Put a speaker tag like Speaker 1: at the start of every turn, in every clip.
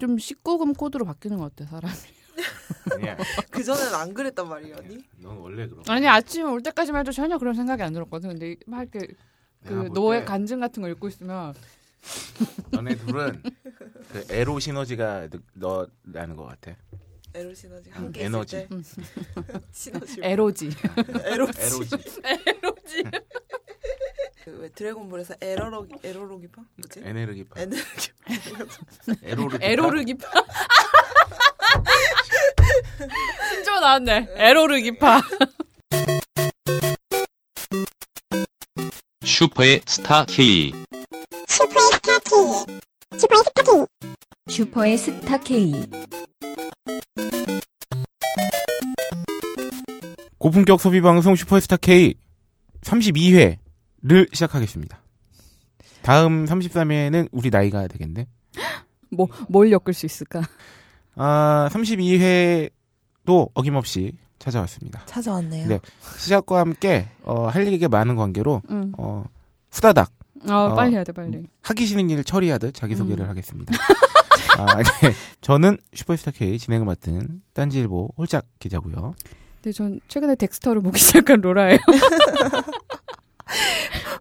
Speaker 1: 좀 19금 코드로 바뀌는 것 같아 사람.
Speaker 2: 아니야.
Speaker 3: 그 전엔 안 그랬단 말이에요,
Speaker 2: 예.
Speaker 3: 언니.
Speaker 2: 넌 원래 그런.
Speaker 1: 아니 아침에 올 때까지만 해도 전혀 그런 생각이 안 들었거든. 근데 막 이렇게 그
Speaker 2: 내가 볼
Speaker 1: 노예
Speaker 2: 때
Speaker 1: 간증 같은 거 읽고 있으면
Speaker 2: 너네 둘은 그 에로 시너지가 너- 너라는 것 같아.
Speaker 3: 에로 시너지
Speaker 2: 음,
Speaker 3: 함께
Speaker 2: 에너지.
Speaker 3: 있을 때 음. 시너지.
Speaker 1: 에로지.
Speaker 3: 에로지.
Speaker 2: 에로지.
Speaker 3: 그왜 드래곤볼에서 에러로기 에러로기파? 뭐지?
Speaker 2: 에네르기파.
Speaker 3: 에너지.
Speaker 2: 에로르.
Speaker 1: 에로르 기파. 신조 나왔네. 에로르 기파.
Speaker 4: 슈퍼의 스타 K.
Speaker 5: 슈퍼의 스타 K.
Speaker 2: 고품격 소비 방송 슈퍼스타 K 32회를 시작하겠습니다. 다음 33회는 우리 나이가 되겠네.
Speaker 1: 뭐뭘 엮을 수 있을까?
Speaker 2: 아, 32회도 어김없이 찾아왔습니다.
Speaker 3: 찾아왔네요.
Speaker 2: 네. 시작과 함께 어, 할 얘기가 많은 관계로
Speaker 1: 응.
Speaker 2: 어, 후다닥
Speaker 1: 어,
Speaker 2: 어.
Speaker 1: 빨리 해야 돼 빨리.
Speaker 2: 하기 싫은 일을 처리하듯 자기소개를
Speaker 1: 음.
Speaker 2: 하겠습니다. 아, 네. 저는 슈퍼스타 K 진행을 맡은 딴지일보 홀짝 기자고요.
Speaker 1: 근데 전 최근에 덱스터를 보기 시작한 로라예요.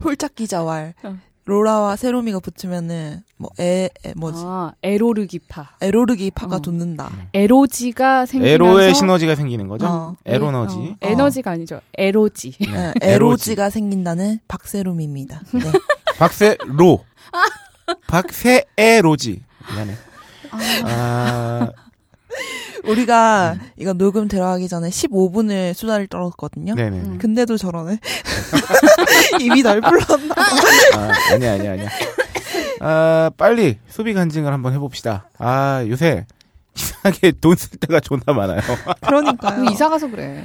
Speaker 3: 홀짝 기자왈.
Speaker 1: 어.
Speaker 3: 로라와 세로미가 붙으면은 뭐에 뭐지?
Speaker 1: 아 에로르 기파.
Speaker 3: 에로르기 파가
Speaker 1: 어.
Speaker 3: 돋는다.
Speaker 2: 음.
Speaker 1: 에로지가 생기면서
Speaker 2: 에로의 시너지가 생기는 거죠.
Speaker 3: 어.
Speaker 2: 에로너지.
Speaker 1: 어, 에너지가 아니죠. 에로지.
Speaker 3: 네,
Speaker 2: 음. 에로지.
Speaker 3: 에로지가 생긴다는 박세롬입니다. 네.
Speaker 2: 박세로. 박세에로지. 미안해. 아,
Speaker 3: 우리가 이거 녹음 들어가기 전에 15분을 수다를 떨었거든요.
Speaker 2: 네네.
Speaker 1: 음.
Speaker 3: 근데도 저러네. 입이 날 불렀나?
Speaker 2: 아, 아니야, 아니야, 아니야. 아, 빨리 소비 간증을 한번 해봅시다. 아, 요새 이상하게 돈 쓸 때가 존나 많아요.
Speaker 3: 그러니까요.
Speaker 1: 그럼 이사 가서 그래.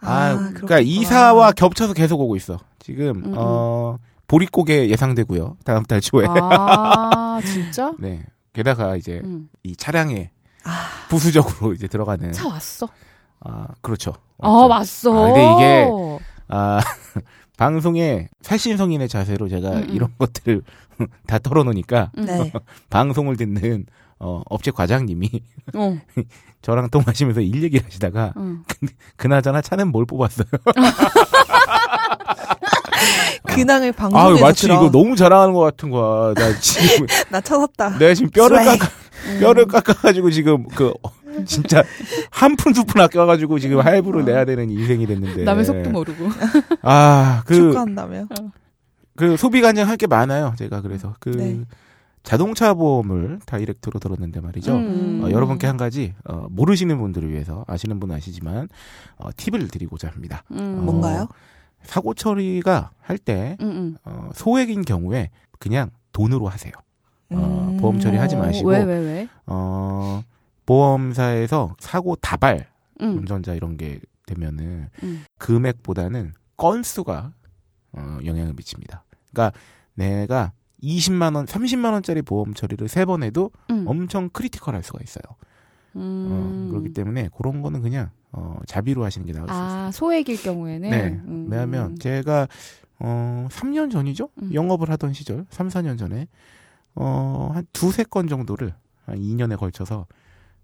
Speaker 2: 아,
Speaker 3: 아,
Speaker 2: 그러니까
Speaker 3: 그렇구나.
Speaker 2: 이사와 겹쳐서 계속 오고 있어. 지금,
Speaker 1: 음,
Speaker 2: 어, 보릿고개 예상되고요. 다음 달 초에.
Speaker 1: 아 진짜?
Speaker 2: 네. 게다가 이제
Speaker 1: 응.
Speaker 2: 이 차량에 부수적으로 이제 들어가는.
Speaker 1: 차 왔어.
Speaker 2: 아, 그렇죠.
Speaker 1: 어 왔어.
Speaker 2: 네. 아, 근데 이게 아, 방송에 살신성인의 자세로 제가
Speaker 1: 음, 음.
Speaker 2: 이런 것들을 다 털어놓으니까
Speaker 1: 음.
Speaker 3: 네.
Speaker 2: 방송을 듣는 어, 업체 과장님이
Speaker 1: 어,
Speaker 2: 저랑 통화하시면서 일 얘기를 하시다가
Speaker 1: 응.
Speaker 2: 그나저나 차는 뭘 뽑았어요?
Speaker 3: 근황을
Speaker 2: 아
Speaker 3: 방송에서
Speaker 2: 마치
Speaker 3: 들어.
Speaker 2: 이거 너무 네. 자랑하는 것 같은 거야. 나 지금
Speaker 3: 나 찾았다.
Speaker 2: 내가 지금 뼈를
Speaker 3: 스웨이.
Speaker 2: 깎아 뼈를 깎아가지고 지금 그 어, 진짜 한 푼 두 푼 아껴가지고 지금 할부로 내야 되는 인생이 됐는데
Speaker 1: 남의 속도 모르고.
Speaker 2: 아그
Speaker 3: 축하한다며.
Speaker 2: 그 소비 관련 할게 많아요. 제가 그래서 그
Speaker 3: 네.
Speaker 2: 자동차 보험을 다이렉트로 들었는데 말이죠.
Speaker 1: 음.
Speaker 2: 어, 여러분께 한 가지 어, 모르시는 분들을 위해서 아시는 분은 아시지만 어, 팁을 드리고자 합니다.
Speaker 1: 음.
Speaker 2: 어,
Speaker 3: 뭔가요?
Speaker 2: 사고 처리가 할 때 어,
Speaker 1: 응, 응.
Speaker 2: 소액인 경우에 그냥 돈으로 하세요. 어,
Speaker 3: 음.
Speaker 2: 보험 처리하지
Speaker 1: 어,
Speaker 2: 마시고.
Speaker 1: 왜, 왜, 왜?
Speaker 2: 어, 보험사에서 사고 다발
Speaker 1: 응.
Speaker 2: 운전자 이런 게 되면은
Speaker 1: 음.
Speaker 2: 금액보다는 건수가 어, 영향을 미칩니다. 그러니까 내가 20만 원, 30만 원짜리 보험 처리를 세 번 해도
Speaker 1: 응.
Speaker 2: 엄청 크리티컬할 수가 있어요. 어,
Speaker 1: 음.
Speaker 2: 그렇기 때문에 그런 거는 그냥 어, 자비로 하시는 게 나을 수 있어요.
Speaker 1: 아, 소액일 경우에는.
Speaker 2: 네.
Speaker 1: 음.
Speaker 2: 왜냐하면 제가 어 3년 전이죠?
Speaker 1: 음.
Speaker 2: 영업을 하던 시절, 3, 4년 전에 어한 두세 건 정도를 한 2년에 걸쳐서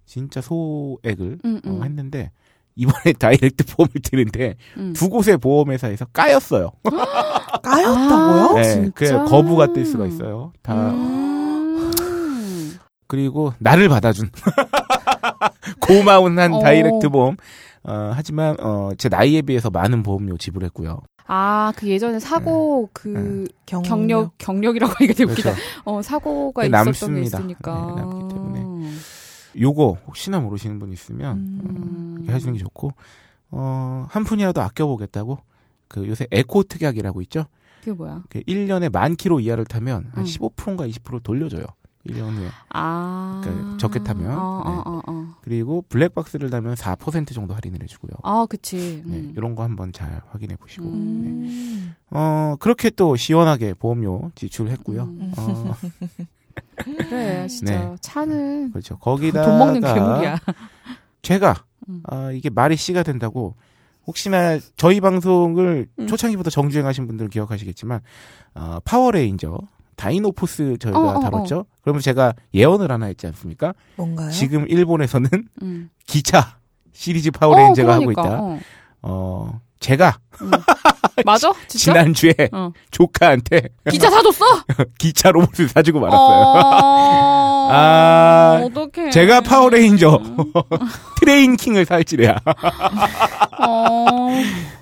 Speaker 2: 진짜 소액을
Speaker 1: 음,
Speaker 2: 어,
Speaker 1: 음.
Speaker 2: 했는데 이번에 다이렉트 보험을 드는데
Speaker 1: 음.
Speaker 2: 두 곳의 보험회사에서 까였어요.
Speaker 3: 까였다고요?
Speaker 1: 아,
Speaker 2: 네,
Speaker 1: 진짜?
Speaker 2: 그 거부가 뜰 수가 있어요. 다
Speaker 1: 음.
Speaker 2: 그리고 나를 받아준 고마운 한
Speaker 1: 어.
Speaker 2: 다이렉트 보험. 어, 하지만 어, 제 나이에 비해서 많은 보험료 지불했고요.
Speaker 1: 아, 그 예전에 사고
Speaker 2: 네.
Speaker 1: 그
Speaker 3: 어.
Speaker 1: 경력, 경력이라고 하기가 되게 웃기다. 어, 사고가
Speaker 2: 그렇죠. 네,
Speaker 1: 있었던 게
Speaker 2: 남습니다.
Speaker 1: 있으니까.
Speaker 2: 네, 남기 때문에. 요거 혹시나 모르시는 분 있으면
Speaker 3: 음.
Speaker 2: 이렇게 하시는 게 좋고 어, 한 푼이라도 아껴보겠다고 그 요새 에코 특약이라고 있죠.
Speaker 1: 그게 뭐야?
Speaker 2: 그 1년에 만 킬로 이하를 타면
Speaker 1: 음.
Speaker 2: 한 15%인가 20% 돌려줘요. 1년 후에.
Speaker 1: 아.
Speaker 2: 그러니까 적게 타면,
Speaker 1: 어,
Speaker 2: 네.
Speaker 1: 어, 어, 어.
Speaker 2: 그리고 블랙박스를 달면 4% 정도 할인을 해주고요.
Speaker 1: 아, 그치.
Speaker 2: 네,
Speaker 1: 음.
Speaker 2: 이런 거 한번 잘 확인해 보시고. 네.
Speaker 3: 음.
Speaker 2: 어, 그렇게 또 시원하게 보험료 지출했고요. 네.
Speaker 1: 음.
Speaker 2: 어,
Speaker 1: 그래, 진짜. 차는
Speaker 2: 그렇죠. 거기다가
Speaker 1: 돈 먹는 괴물이야.
Speaker 2: 제가
Speaker 1: 음.
Speaker 2: 아, 이게 말이 씨가 된다고 혹시나 저희 방송을
Speaker 1: 음.
Speaker 2: 초창기부터 정주행하신 분들은 기억하시겠지만 어, 파워레인저 다이노포스 저희가
Speaker 1: 어, 어, 어.
Speaker 2: 다뤘죠. 그러면 제가 예언을 하나 했지 않습니까?
Speaker 3: 뭔가요?
Speaker 2: 지금 일본에서는
Speaker 1: 음.
Speaker 2: 기차 시리즈 파워레인저가
Speaker 1: 어,
Speaker 2: 하고 있다.
Speaker 1: 그러니까,
Speaker 2: 어,
Speaker 1: 어.
Speaker 2: 제가
Speaker 1: 음. 맞아? 진짜?
Speaker 2: 지난주에
Speaker 1: 어.
Speaker 2: 조카한테
Speaker 1: 기차 사줬어?
Speaker 2: 기차 로봇을 사주고 말았어요.
Speaker 1: 어...
Speaker 2: 아,
Speaker 1: 어떡해. 음.
Speaker 2: 제가 파워레인저 트레인킹을 살지래야.
Speaker 1: 어...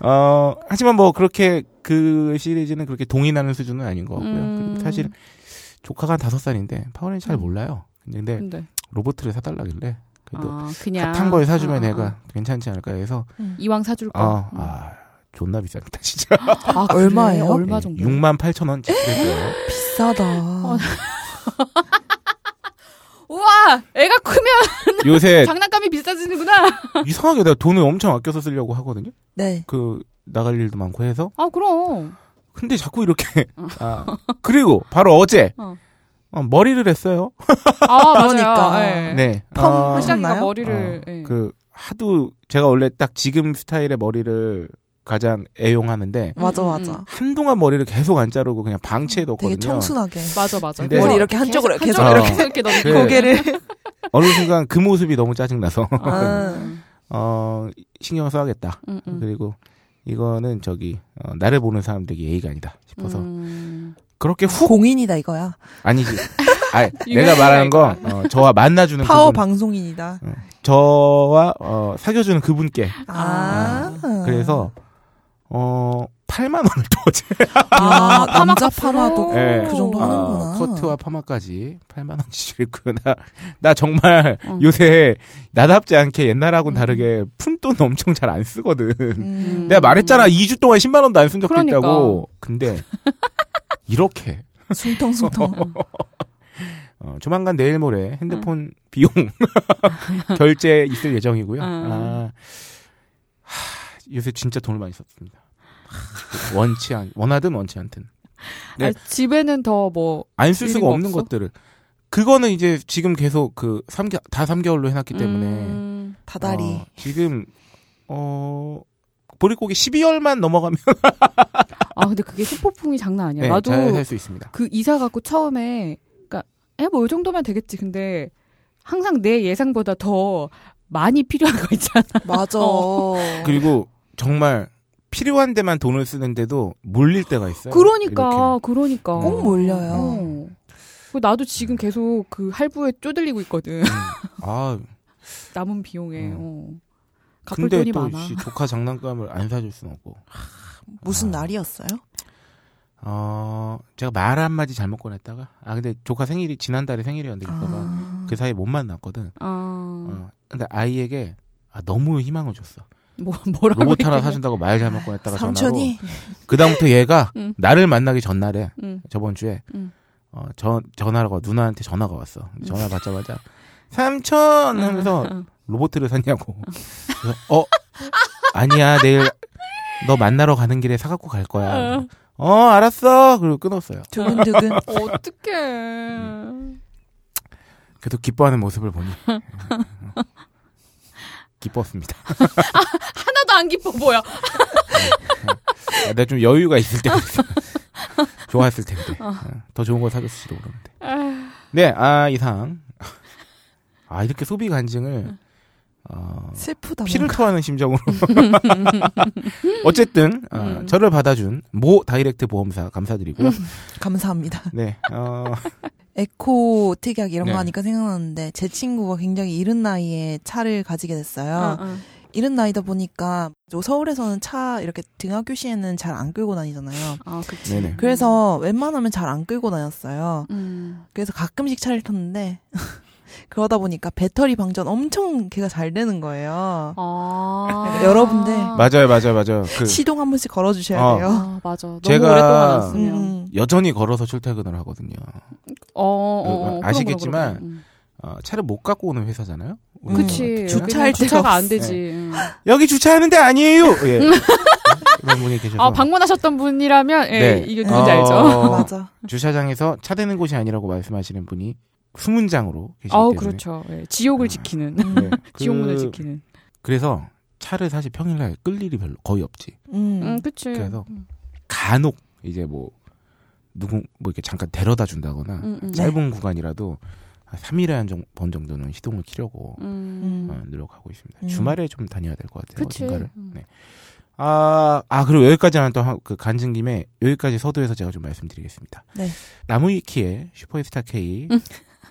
Speaker 2: 어, 하지만 뭐 그렇게 그 시리즈는 그렇게 동의나는 수준은 아닌 것 같고요.
Speaker 1: 음.
Speaker 2: 그리고 사실 조카가 한 다섯 살인데 파워레인저 잘 몰라요. 근데
Speaker 1: 근데.
Speaker 2: 로보트를 사달라길래 그래도
Speaker 1: 아, 그냥.
Speaker 2: 핫한 걸 사주면
Speaker 1: 아, 아, 아.
Speaker 2: 내가 괜찮지 않을까 해서
Speaker 1: 이왕 사줄 거.
Speaker 2: 아,
Speaker 1: 음.
Speaker 2: 아 존나 비쌉니다 진짜
Speaker 1: 아, 그래?
Speaker 3: 얼마예요?
Speaker 2: 네,
Speaker 1: 얼마 정도?
Speaker 2: 6만 8천 원 지출했어요.
Speaker 3: 비싸다.
Speaker 1: 어. 우와! 애가 크면
Speaker 2: 요새
Speaker 1: 장난감이 비싸지는구나.
Speaker 2: 이상하게 내가 돈을 엄청 아껴서 쓰려고 하거든요.
Speaker 3: 네.
Speaker 2: 그 나갈 일도 많고 해서
Speaker 1: 아, 그럼.
Speaker 2: 근데 자꾸 이렇게 아, 그리고 바로 어제
Speaker 1: 어.
Speaker 2: 어, 머리를 했어요.
Speaker 1: 아, 맞아요.
Speaker 3: 그러니까.
Speaker 1: 예.
Speaker 2: 네.
Speaker 3: 펌
Speaker 2: 아,
Speaker 3: 하셨-
Speaker 1: 시장이가
Speaker 3: 하셨나요?
Speaker 1: 머리를.
Speaker 2: 어,
Speaker 1: 예.
Speaker 2: 그 하도 제가 원래 딱 지금 스타일의 머리를 가장 애용하는데
Speaker 3: 맞아
Speaker 1: 음,
Speaker 3: 맞아.
Speaker 2: 한동안 머리를 계속 안 자르고 그냥 방치해
Speaker 3: 음, 되게
Speaker 2: 뒀거든요.
Speaker 3: 청순하게.
Speaker 1: 맞아, 맞아.
Speaker 2: 근데-
Speaker 3: 머리 이렇게 한쪽으로 계속
Speaker 2: 한쪽으로
Speaker 3: 이렇게
Speaker 1: 이렇게 넣는
Speaker 2: 네.
Speaker 3: 고개를.
Speaker 2: 어느 순간 그 모습이 너무 짜증나서
Speaker 3: 아.
Speaker 2: 어, 신경 써야겠다.
Speaker 1: 음, 음.
Speaker 2: 그리고 이거는 저기 어, 나를 보는 사람들에게 예의가 아니다 싶어서
Speaker 1: 음.
Speaker 2: 그렇게 훅
Speaker 3: 공인이다 이거야.
Speaker 2: 아니지. 아, 내가 말하는 건 어, 저와 만나주는
Speaker 3: 파워
Speaker 2: 그분,
Speaker 3: 방송인이다.
Speaker 2: 저와 어, 사귀어주는 그분께
Speaker 3: 아.
Speaker 2: 그래서 어 8만 원을 또 어제
Speaker 1: 아,
Speaker 3: 아,
Speaker 1: 파마
Speaker 3: 남자
Speaker 1: 값으로.
Speaker 3: 파마도
Speaker 2: 예.
Speaker 3: 그 정도 하는구나.
Speaker 2: 아, 커트와 파마까지 8만 원 지출했고요. 나, 나 정말
Speaker 1: 어.
Speaker 2: 요새 나답지 않게 옛날하고는 다르게 푼돈 엄청 잘 안 쓰거든.
Speaker 3: 음.
Speaker 2: 내가 말했잖아. 2주 동안 10만 원도 안 쓴 적도
Speaker 1: 그러니까.
Speaker 2: 있다고. 근데 이렇게
Speaker 3: 숭텅숭텅.
Speaker 2: 어, 조만간 내일 모레 핸드폰 비용 결제 있을 예정이고요.
Speaker 1: 아.
Speaker 2: 아, 하, 요새 진짜 돈을 많이 썼습니다. 원치 않 원하든 원치 않든 네.
Speaker 1: 아니, 집에는 더 뭐,
Speaker 2: 안 쓸 수가
Speaker 1: 일리가
Speaker 2: 없는
Speaker 1: 없어?
Speaker 2: 것들을 그거는 이제 지금 계속 그 3개 다 3개월로 해놨기 때문에
Speaker 1: 음,
Speaker 3: 다다리.
Speaker 2: 어, 지금 어 보릿고기 12월만 넘어가면
Speaker 1: 아 근데 그게 후폭풍이 장난 아니야.
Speaker 2: 네,
Speaker 1: 예, 나도
Speaker 2: 잘살수 있습니다.
Speaker 1: 그 이사 갖고 처음에 그러니까 에뭐이 정도면 되겠지. 근데 항상 내 예상보다 더 많이 필요한 거 있잖아.
Speaker 3: 맞아.
Speaker 1: 어.
Speaker 2: 그리고 정말 필요한 데만 돈을 쓰는데도 몰릴 때가 있어요.
Speaker 1: 그러니까 그러니까
Speaker 2: 네.
Speaker 3: 꼭 몰려요.
Speaker 1: 어. 그리고 나도 지금 계속 그 할부에 쪼들리고 있거든.
Speaker 2: 이렇게. 음. 아
Speaker 1: 남은 비용에. 어. 갚을
Speaker 2: 네. 근데
Speaker 1: 돈이
Speaker 2: 또
Speaker 1: 많아.
Speaker 2: 씨, 조카 장난감을 안 사줄 순 없고.
Speaker 3: 무슨
Speaker 2: 아.
Speaker 3: 날이었어요?
Speaker 2: 어, 제가 말 한마디 잘못 꺼냈다가, 아, 근데 조카 생일이 지난달에 생일이었는데그 봐
Speaker 3: 아.
Speaker 2: 그 사이 못 만났거든.
Speaker 1: 아,
Speaker 2: 어, 근데 아이에게 아, 너무 희망을 줬어.
Speaker 1: 뭐 뭐라고
Speaker 2: 로봇 하나
Speaker 1: 얘기해?
Speaker 2: 사준다고 말 잘못 꺼냈다가 전화로.
Speaker 3: 삼촌이
Speaker 2: 그다음부터 얘가
Speaker 1: 응.
Speaker 2: 나를 만나기 전날에
Speaker 1: 응.
Speaker 2: 저번 주에
Speaker 1: 응.
Speaker 2: 어, 전 전화가 누나한테 전화가 왔어. 전화 받자마자 삼촌 하면서 로봇을 샀냐고. 그래서 어 아니야 내일 너 만나러 가는 길에 사갖고 갈 거야. 어 알았어. 그리고 끊었어요.
Speaker 3: 두근두근.
Speaker 1: 어떡해.
Speaker 2: 음. 계속 기뻐하는 모습을 보니 기뻤습니다.
Speaker 1: 하나도 안 기뻐 보여.
Speaker 2: 아, 내가 좀 여유가 있을 때 좋았을 텐데
Speaker 1: 어.
Speaker 2: 아, 더 좋은 걸 사줬을지도 모르는데. 네 아 이상 아 이렇게 소비 간증을 어,
Speaker 3: 슬프다.
Speaker 2: 피를
Speaker 3: 뭔가.
Speaker 2: 토하는 심정으로 어쨌든 어,
Speaker 1: 음.
Speaker 2: 저를 받아준 모 다이렉트 보험사 감사드리고요.
Speaker 3: 감사합니다.
Speaker 2: 네. 어,
Speaker 3: 에코 특약 이런
Speaker 2: 네.
Speaker 3: 거 하니까 생각났는데 제 친구가 굉장히 이른 나이에 차를 가지게 됐어요.
Speaker 1: 어, 어.
Speaker 3: 이른 나이다 보니까 저 서울에서는 차 이렇게 등하교시에는 잘 안 끌고 다니잖아요.
Speaker 1: 아, 그치.
Speaker 2: 네네.
Speaker 3: 그래서 웬만하면 잘 안 끌고 다녔어요.
Speaker 1: 음.
Speaker 3: 그래서 가끔씩 차를 탔는데 그러다 보니까 배터리 방전 엄청 걔가 잘 되는 거예요.
Speaker 1: 아.
Speaker 3: 여러분들.
Speaker 2: 맞아요, 맞아요, 맞아요. 그
Speaker 3: 시동 한 번씩 걸어 주셔야
Speaker 2: 어.
Speaker 3: 돼요.
Speaker 1: 아, 맞아. 너무
Speaker 2: 제가-
Speaker 1: 오랫동안 안 쓰면.
Speaker 3: 음.
Speaker 2: 그 여전히 걸어서 출퇴근을 하거든요.
Speaker 1: 어, 어, 어, 그런 거,
Speaker 2: 아시겠지만 음,
Speaker 1: 그런 거. 음.
Speaker 2: 어, 차를 못 갖고 오는 회사잖아요. 우리
Speaker 1: 그치.
Speaker 2: 같은
Speaker 3: 음, 주차할
Speaker 1: 여기는
Speaker 3: 데가
Speaker 1: 주차가 안
Speaker 3: 없어. 네.
Speaker 1: 되지. 음.
Speaker 2: 여기 주차하는데 아니에요. 예. 그런 분이 계셔서
Speaker 1: 아, 방문하셨던 분이라면, 예,
Speaker 2: 네.
Speaker 1: 이게 누군지
Speaker 2: 어,
Speaker 1: 알죠?
Speaker 3: 맞아.
Speaker 2: 주차장에서 차 되는 곳이 아니라고 말씀하시는 분이 수문장으로 계시기
Speaker 1: 아우,
Speaker 2: 때문에.
Speaker 1: 그렇죠. 예, 지옥을 지키는.
Speaker 2: 네, 그-
Speaker 1: 지옥문을 지키는.
Speaker 2: 그래서 차를 사실 평일날 끌 일이 별로 거의 없지.
Speaker 3: 음.
Speaker 1: 음, 그치.
Speaker 2: 그래서
Speaker 1: 음.
Speaker 2: 간혹 이제 뭐 누구 뭐 이렇게 잠깐 데려다 준다거나
Speaker 1: 음, 음.
Speaker 2: 짧은 구간이라도 한 3일에 한 번 정도는 시동을 키려고
Speaker 1: 음.
Speaker 2: 어, 노력하고 있습니다.
Speaker 3: 음.
Speaker 2: 주말에 좀 다녀야 될 것 같아요.
Speaker 1: 그치.
Speaker 2: 어딘가를.
Speaker 1: 음.
Speaker 2: 네. 아, 아 그리고 여기까지는 또그 간증 김에 여기까지 서두에서 제가 좀 말씀드리겠습니다.
Speaker 3: 네.
Speaker 2: 나무위키에 슈퍼스타 K
Speaker 1: 음.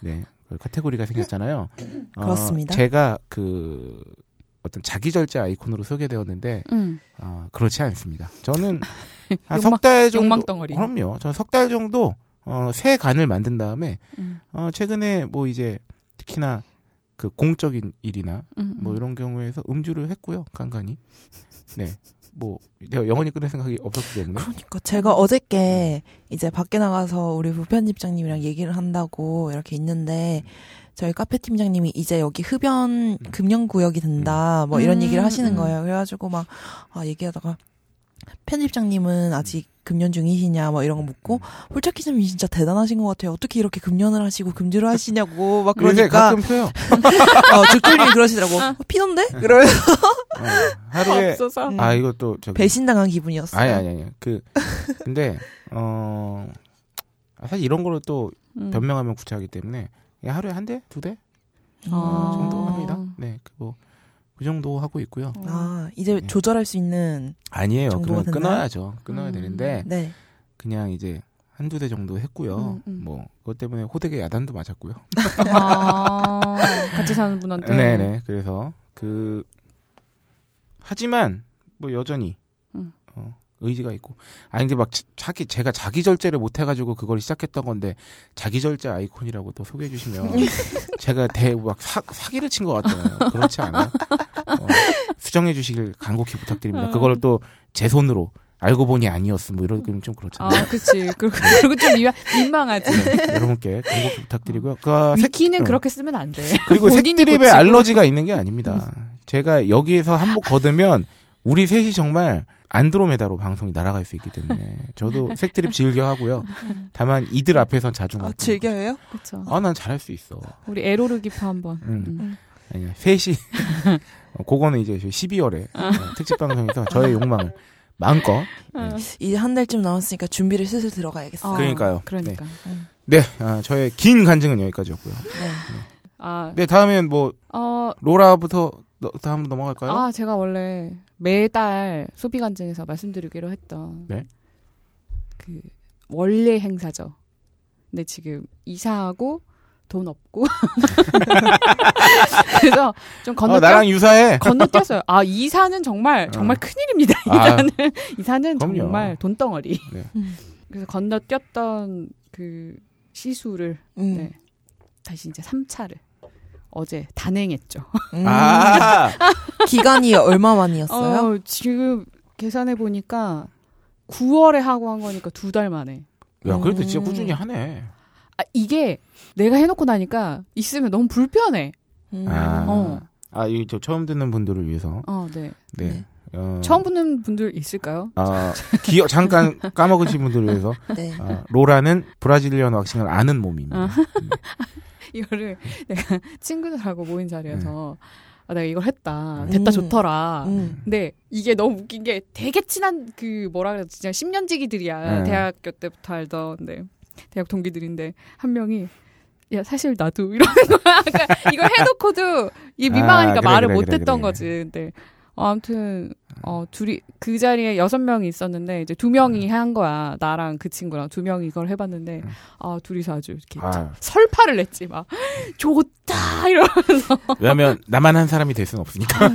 Speaker 2: 네. 그 카테고리가 생겼잖아요. 어,
Speaker 3: 그렇습니다.
Speaker 2: 제가 그 어떤 자기 절제 아이콘으로 소개되었는데
Speaker 1: 음.
Speaker 2: 아, 그렇지 않습니다. 저는 한
Speaker 1: 욕망-
Speaker 2: 석 달 정도
Speaker 1: 욕망덩어리.
Speaker 2: 그럼요. 저는 석 달 정도 어, 새 간을 만든 다음에
Speaker 1: 음.
Speaker 2: 어, 최근에 뭐 이제 특히나 그 공적인 일이나
Speaker 1: 음.
Speaker 2: 뭐 이런 경우에서 음주를 했고요. 간간히. 네. 뭐 내가 영원히 끊을 생각이 없었기 때문에
Speaker 3: 그러니까 제가 어저께 이제 밖에 나가서 우리 부편집장님이랑 얘기를 한다고 이렇게 있는데 저희 카페 팀장님이 이제 여기 흡연 금연 구역이 된다 뭐 이런
Speaker 1: 음,
Speaker 3: 얘기를 하시는
Speaker 1: 음.
Speaker 3: 거예요. 그래가지고 막 아, 얘기하다가 편집장님은 아직 금연 중이시냐 뭐 이런 거 묻고 홀짝키님이 진짜 대단하신 것 같아요. 어떻게 이렇게 금연을 하시고 금주를 하시냐고 막
Speaker 2: 요새
Speaker 3: 그러니까
Speaker 2: 가끔 펴요.
Speaker 3: 어, 죽돌님 그러시더라고. 어, 피던데? 그러면서
Speaker 2: 어, 하루에
Speaker 1: 없어서.
Speaker 2: 아 이거 또 저기
Speaker 3: 배신당한 기분이었어요.
Speaker 2: 아니 아니 아니 그 근데 어 아, 사실 이런 걸로 또
Speaker 1: 음.
Speaker 2: 변명하면 구차하기 때문에 그냥 하루에 한 대, 두 대
Speaker 3: 음.
Speaker 1: 아.
Speaker 2: 정도
Speaker 1: 어.
Speaker 2: 합니다. 네, 그뭐그 정도 하고 있고요.
Speaker 3: 아 이제
Speaker 2: 네.
Speaker 3: 조절할 수 있는
Speaker 2: 아니에요.
Speaker 3: 정도가
Speaker 2: 그러면
Speaker 3: 됐나요?
Speaker 2: 끊어야죠. 끊어야
Speaker 1: 음.
Speaker 2: 되는데
Speaker 3: 네.
Speaker 2: 그냥 이제 한두 대 정도 했고요.
Speaker 1: 음, 음.
Speaker 2: 뭐 그것 때문에 호되게 야단도 맞았고요.
Speaker 1: 아, 같이 사는 분한테.
Speaker 2: 네, 네. 그래서 그 하지만 뭐 여전히
Speaker 1: 음.
Speaker 2: 어, 의지가 있고 아니 근데 막 자- 자기 제가 자기 절제를 못 해가지고 그걸 시작했던 건데 자기 절제 아이콘이라고 또 소개해 주시면 제가 대막 사기를 친 것 같아요. 그렇지 않아요? 어, 수정해 주시길 간곡히 부탁드립니다. 그걸 또 제 손으로 알고 보니 아니었음 뭐 이런 그좀
Speaker 1: 아,
Speaker 2: 그렇잖아요.
Speaker 1: 그치. 그리고, 그리고 좀 미- 민망하지.
Speaker 2: 네, 여러분께 간곡히 부탁드리고요. 그 색-
Speaker 1: 위키는
Speaker 2: 어.
Speaker 1: 그렇게 쓰면 안 돼.
Speaker 2: 그리고
Speaker 1: 본인이
Speaker 2: 색드립에
Speaker 1: 고치고.
Speaker 2: 알러지가 있는 게 아닙니다. 제가 여기에서 한몫 거두면 우리 셋이 정말 안드로메다로 방송이 날아갈 수 있기 때문에 저도 색드립 즐겨하고요. 다만 이들 앞에선 자주
Speaker 3: 아,
Speaker 2: 못.
Speaker 3: 즐겨요?
Speaker 1: 그쵸.
Speaker 2: 아, 난 잘할 수 있어.
Speaker 1: 우리 에로르 기파 한 번.
Speaker 2: 음.
Speaker 1: 음.
Speaker 2: 아니야, 셋이. 어, 그거는 이제 저희 12월에
Speaker 1: 아.
Speaker 2: 어, 특집 방송에서 저의 욕망을 마음껏. 네.
Speaker 3: 이제 한 달쯤 남았으니까 준비를 슬슬 들어가야겠어요.
Speaker 1: 어,
Speaker 2: 그러니까요.
Speaker 1: 그러니까.
Speaker 2: 네, 아, 저의 긴 간증은 여기까지였고요.
Speaker 3: 네.
Speaker 1: 아,
Speaker 2: 네, 다음엔 뭐
Speaker 1: 어,
Speaker 2: 로라부터 너, 다음 넘어갈까요?
Speaker 1: 아, 제가 원래 매달 소비 간증에서 말씀드리기로 했던
Speaker 2: 네.
Speaker 1: 그 원래 행사죠. 근데 지금 이사하고 돈 없고 그래서 좀
Speaker 2: 어,
Speaker 1: 건너뛰어
Speaker 2: 나랑 유사해.
Speaker 1: 건너뛰었어요. 아 이사는 정말 정말
Speaker 2: 어.
Speaker 1: 큰일입니다.
Speaker 2: 아.
Speaker 1: 이사는 이사는
Speaker 2: 그럼요.
Speaker 1: 정말 돈덩어리.
Speaker 2: 네.
Speaker 3: 음.
Speaker 1: 그래서 건너뛰었던 그 시수를
Speaker 3: 음.
Speaker 1: 네. 다시 이제 3차를 어제 단행했죠.
Speaker 3: 음.
Speaker 2: 아,
Speaker 3: 기간이 얼마만이었어요?
Speaker 1: 어, 지금 계산해 보니까 9월에 하고 한 거니까 두 달 만에.
Speaker 2: 야, 그래도
Speaker 3: 음.
Speaker 2: 진짜 꾸준히 하네.
Speaker 1: 아, 이게 내가 해놓고 나니까 있으면 너무 불편해.
Speaker 3: 음.
Speaker 2: 아.
Speaker 1: 어,
Speaker 2: 아, 이 저 처음 듣는 분들을 위해서.
Speaker 1: 어, 네.
Speaker 2: 네. 어,
Speaker 1: 처음 보는 분들 있을까요?
Speaker 2: 아, 기억 잠깐 까먹으신 분들을 위해서.
Speaker 3: 네.
Speaker 2: 아, 로라는 브라질리언 왁싱을 아는 몸입니다. 음.
Speaker 1: 아. 이거를 내가 친구들하고 모인 자리에서
Speaker 2: 네.
Speaker 1: 아, 내가 이걸 했다. 됐다
Speaker 3: 음.
Speaker 1: 좋더라.
Speaker 3: 음.
Speaker 1: 근데 네. 이게 너무 웃긴 게 되게 친한 그 뭐라 그래야 되지? 진짜 10년지기들이야.
Speaker 2: 네.
Speaker 1: 대학교 때부터 알던 네. 대학 동기들인데 한 명이 야 사실 나도 이러는 거야. 그러니까 이걸 해놓고도 이게 민망하니까
Speaker 2: 아, 그래,
Speaker 1: 말을
Speaker 2: 그래, 그래,
Speaker 1: 못했던
Speaker 2: 그래.
Speaker 1: 거지. 근데 어, 아무튼 어 둘이 그 자리에 여섯 명이 있었는데 이제 두
Speaker 2: 네.
Speaker 1: 명이 한 거야. 나랑 그 친구랑 두 명이 이걸 해봤는데 아 둘이서 아주 이렇게
Speaker 2: 아,
Speaker 1: 설파를 냈지 막 좋다 이러.
Speaker 2: 왜냐면 나만 한 사람이 될 수는 없으니까.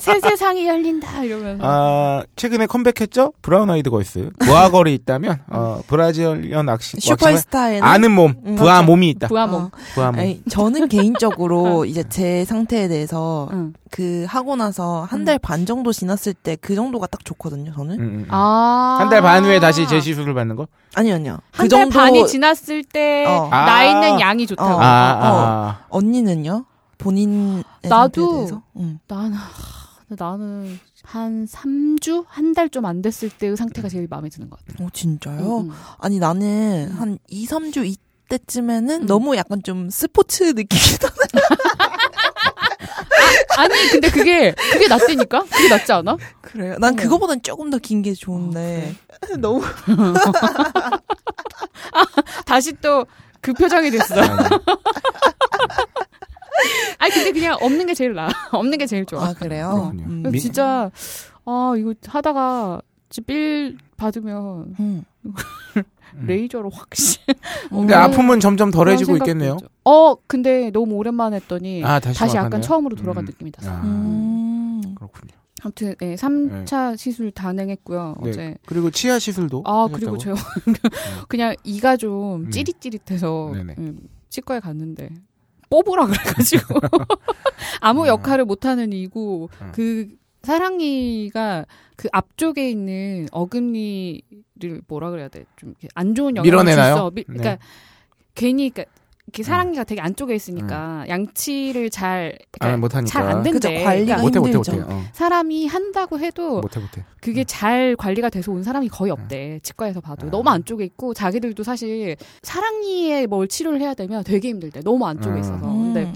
Speaker 1: 새새 세상이 열린다 이러면서.
Speaker 2: 아, 최근에 컴백했죠? 브라운 아이드 걸스. 부하걸이 있다면 어, 브라질리언 왁싱 왁싱을
Speaker 3: 슈퍼스타에는
Speaker 2: 아는 몸,
Speaker 3: 음,
Speaker 2: 부하
Speaker 3: 맞죠.
Speaker 2: 몸이 있다.
Speaker 1: 부하몽.
Speaker 3: 어.
Speaker 2: 부하 몸.
Speaker 3: 아니, 저는 개인적으로 이제 제 상태에 대해서
Speaker 1: 응.
Speaker 3: 그 하고 나서 한 달 반 정도 지났을 때 그 정도가 딱 좋거든요. 저는
Speaker 2: 음, 음.
Speaker 1: 아.
Speaker 2: 한 달 반 후에 다시 재시술을 받는 거?
Speaker 3: 아니 아니요. 그
Speaker 1: 한 달
Speaker 3: 정도
Speaker 1: 반이 지났을 때,
Speaker 3: 어.
Speaker 1: 나
Speaker 2: 아.
Speaker 1: 있는 양이 좋다고.
Speaker 2: 아,
Speaker 3: 어,
Speaker 2: 아,
Speaker 3: 언니는요? 본인
Speaker 1: 나도-
Speaker 3: 대해서? 응.
Speaker 1: 나는, 하, 근데 나는 한 3주? 한 달 좀 안 됐을 때의 그 상태가 제일 마음에 드는 것 같아요.
Speaker 3: 어 진짜요?
Speaker 1: 음, 음.
Speaker 3: 아니 나는
Speaker 1: 음.
Speaker 3: 한 2, 3주 이때쯤에는
Speaker 1: 음.
Speaker 3: 너무 약간 좀 스포츠 느낌이 나.
Speaker 1: 아니 근데 그게 그게 낫다니까? 그게 낫지 않아?
Speaker 3: 그래요? 난
Speaker 1: 어머.
Speaker 3: 그거보단 조금 더 긴 게 좋은데. 너무.
Speaker 1: 다시 또 그 표정이 됐어.
Speaker 2: 아. 음.
Speaker 1: 아니 근데 그냥 없는 게 제일 나. 없는 게 제일 좋아.
Speaker 3: 아, 그래요?
Speaker 2: 그렇군요.
Speaker 3: 음.
Speaker 1: 그래서 진짜 아 이거 하다가 진짜 삘 받으면
Speaker 3: 음.
Speaker 2: 음.
Speaker 1: 레이저로 확. 씨-
Speaker 2: 근데
Speaker 1: 음.
Speaker 2: 아픔은 점점 덜해지고
Speaker 1: 그런 생각도
Speaker 2: 있겠네요.
Speaker 1: 있죠. 어 근데 너무 오랜만에 했더니
Speaker 2: 아 다시,
Speaker 1: 다시 약간
Speaker 2: 와봤네요.
Speaker 1: 처음으로 돌아간
Speaker 2: 음.
Speaker 1: 느낌이 났어.
Speaker 2: 아,
Speaker 3: 음.
Speaker 2: 그렇군요.
Speaker 1: 아무튼 네, 3차 시술 단행했고요.
Speaker 2: 네.
Speaker 1: 어제.
Speaker 2: 그리고 치아 시술도
Speaker 1: 아
Speaker 2: 하셨다고?
Speaker 1: 그리고 저 그냥 이가 좀
Speaker 2: 음.
Speaker 1: 찌릿찌릿해서
Speaker 2: 네네.
Speaker 1: 음, 치과에 갔는데 뽑으라 그래가지고 아무
Speaker 2: 아.
Speaker 1: 역할을 못하는 이고
Speaker 2: 음.
Speaker 1: 그 사랑니가 그 앞쪽에 있는 어금니를 뭐라 그래야 돼 좀 안 좋은 영향을
Speaker 2: 밀어내나요?
Speaker 1: 줬어. 밀- 그러니까
Speaker 2: 네. 음.
Speaker 1: 괜히 그러니까 이렇게 사랑니가 되게 안쪽에 있으니까 양치를 잘
Speaker 2: 아,
Speaker 1: 그러니까
Speaker 2: 못하니까
Speaker 1: 잘 안 된대.
Speaker 3: 그죠, 관리가
Speaker 1: 그러니까
Speaker 2: 못해 못해
Speaker 3: 힘들죠.
Speaker 2: 못해 어.
Speaker 1: 사람이 한다고 해도
Speaker 2: 못해 못해.
Speaker 1: 그게 잘 관리가 돼서 온 사람이 거의 없대. 치과에서 봐도.
Speaker 2: 아.
Speaker 1: 너무 안쪽에 있고, 자기들도 사실 사랑니에 뭘 치료를 해야 되면 되게 힘들대. 너무 안쪽에
Speaker 2: 아.
Speaker 1: 있어서.
Speaker 3: 음.
Speaker 1: 근데,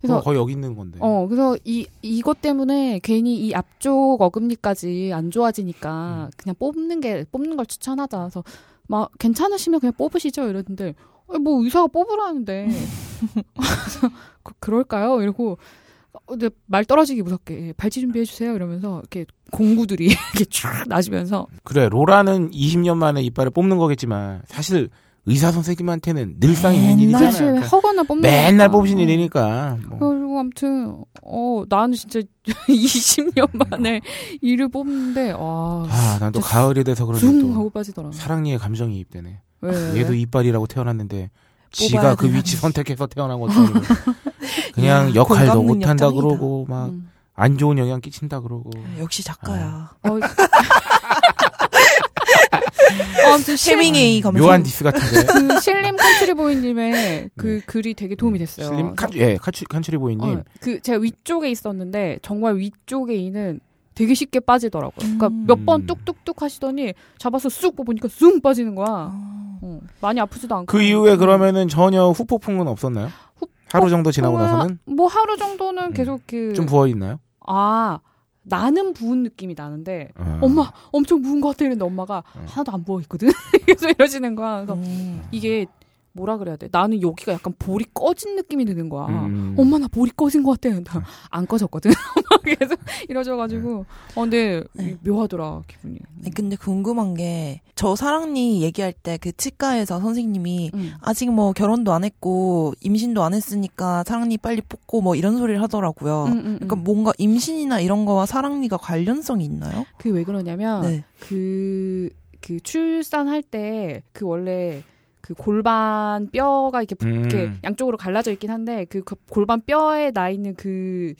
Speaker 2: 그래서
Speaker 1: 그래서,
Speaker 2: 거의 여기 있는 건데.
Speaker 1: 어, 그래서 이, 이것 때문에 괜히 이 앞쪽 어금니까지 안 좋아지니까
Speaker 2: 음.
Speaker 1: 그냥 뽑는 게, 뽑는 걸 추천하다. 그래서 막 괜찮으시면 그냥 뽑으시죠. 이랬는데, 어, 뭐 의사가 뽑으라는데. 그래서 그- 그럴까요? 이러고, 어, 근데 말 떨어지기 무섭게 예, 발치 준비해주세요. 이러면서 이렇게 공구들이 이렇게 쭉 나시면서
Speaker 2: 그래 로라는 20년 만에 이빨을 뽑는 거겠지만 사실 의사 선생님한테는 늘상 있는
Speaker 3: 맨날
Speaker 2: 일이잖아요.
Speaker 1: 사실
Speaker 2: 그러니까
Speaker 1: 허가나 뽑는
Speaker 2: 맨날
Speaker 1: 거니까. 어.
Speaker 2: 뽑으신 일이니까. 뭐.
Speaker 1: 그리고 아무튼 어 나는 진짜 20년 만에 이를 뽑는데 와
Speaker 2: 아, 난 또
Speaker 1: 진짜
Speaker 2: 가을이 돼서 그런지
Speaker 1: 숭
Speaker 2: 또
Speaker 1: 하고 예. 빠지더라.
Speaker 2: 사랑니의 감정이 입되네.
Speaker 1: 왜?
Speaker 2: 얘도 이빨이라고 태어났는데
Speaker 3: 뽑아야
Speaker 2: 지가 그
Speaker 3: 되나?
Speaker 2: 위치 선택해서 태어난 것처럼 그냥 역할도
Speaker 3: 공감 능력
Speaker 2: 못한다
Speaker 3: 짱이다.
Speaker 2: 그러고 막 안
Speaker 1: 음.
Speaker 2: 좋은 영향 끼친다 그러고
Speaker 3: 역시
Speaker 2: 아.
Speaker 3: 작가야.
Speaker 1: 어, 어, 아무튼 실-
Speaker 3: 해밍웨이 검색.
Speaker 2: 묘한 디스 같은데
Speaker 1: 그 실림 컨트리보이님의
Speaker 2: 네.
Speaker 1: 그 글이 되게 도움이 됐어요.
Speaker 2: 슬림 칸, 예, 칸추, 칸추리 음, 보이님
Speaker 1: 어, 그 제가 위쪽에 있었는데 정말 위쪽에 이는 되게 쉽게 빠지더라고요. 그러니까
Speaker 3: 음.
Speaker 1: 몇 번 뚝뚝뚝 하시더니 잡아서 쑥 뽑으니까 쑥 빠지는 거야.
Speaker 3: 어.
Speaker 1: 어, 많이 아프지도 않고. 음.
Speaker 2: 그 이후에 그러면은 전혀 후폭풍은 없었나요?
Speaker 1: 후폭풍은-
Speaker 2: 하루 정도 지나고 나서는
Speaker 1: 뭐 하루 정도는
Speaker 2: 음.
Speaker 1: 계속 그
Speaker 2: 좀 부어 있나요?
Speaker 1: 아, 나는 부은 느낌이 나는데
Speaker 2: 아.
Speaker 1: 엄마 엄청 부은 것 같아 이랬는데 엄마가
Speaker 2: 음.
Speaker 1: 하나도 안 부어 있거든. 그래서 이러시는 거야. 그래서
Speaker 3: 네. 음.
Speaker 1: 이게 뭐라 그래야 돼? 나는 여기가 약간 볼이 꺼진 느낌이 드는 거야. 아,
Speaker 2: 음.
Speaker 3: 음,
Speaker 1: 엄마 나 볼이 꺼진 것 같아.
Speaker 3: 네.
Speaker 1: 근데 안 꺼졌거든. 계속 이러져가지고. 어, 근데
Speaker 3: 네.
Speaker 1: 묘하더라 기분이.
Speaker 3: 아니, 근데 궁금한 게 저 사랑니 얘기할 때 그 치과에서 선생님이
Speaker 1: 음.
Speaker 3: 아직 뭐 결혼도 안 했고 임신도 안 했으니까 사랑니 빨리 뽑고 뭐 이런 소리를 하더라고요.
Speaker 1: 음, 음,
Speaker 3: 그러니까
Speaker 1: 음.
Speaker 3: 뭔가 임신이나 이런 거와 사랑니가 관련성이 있나요?
Speaker 1: 그게 왜 그러냐면
Speaker 3: 네.
Speaker 1: 그, 그 출산할 때 그 원래 그 골반 뼈가 이렇게
Speaker 2: 음.
Speaker 1: 붙- 이렇게 양쪽으로 갈라져 있긴 한데 그, 그 골반 뼈에 나 있는 그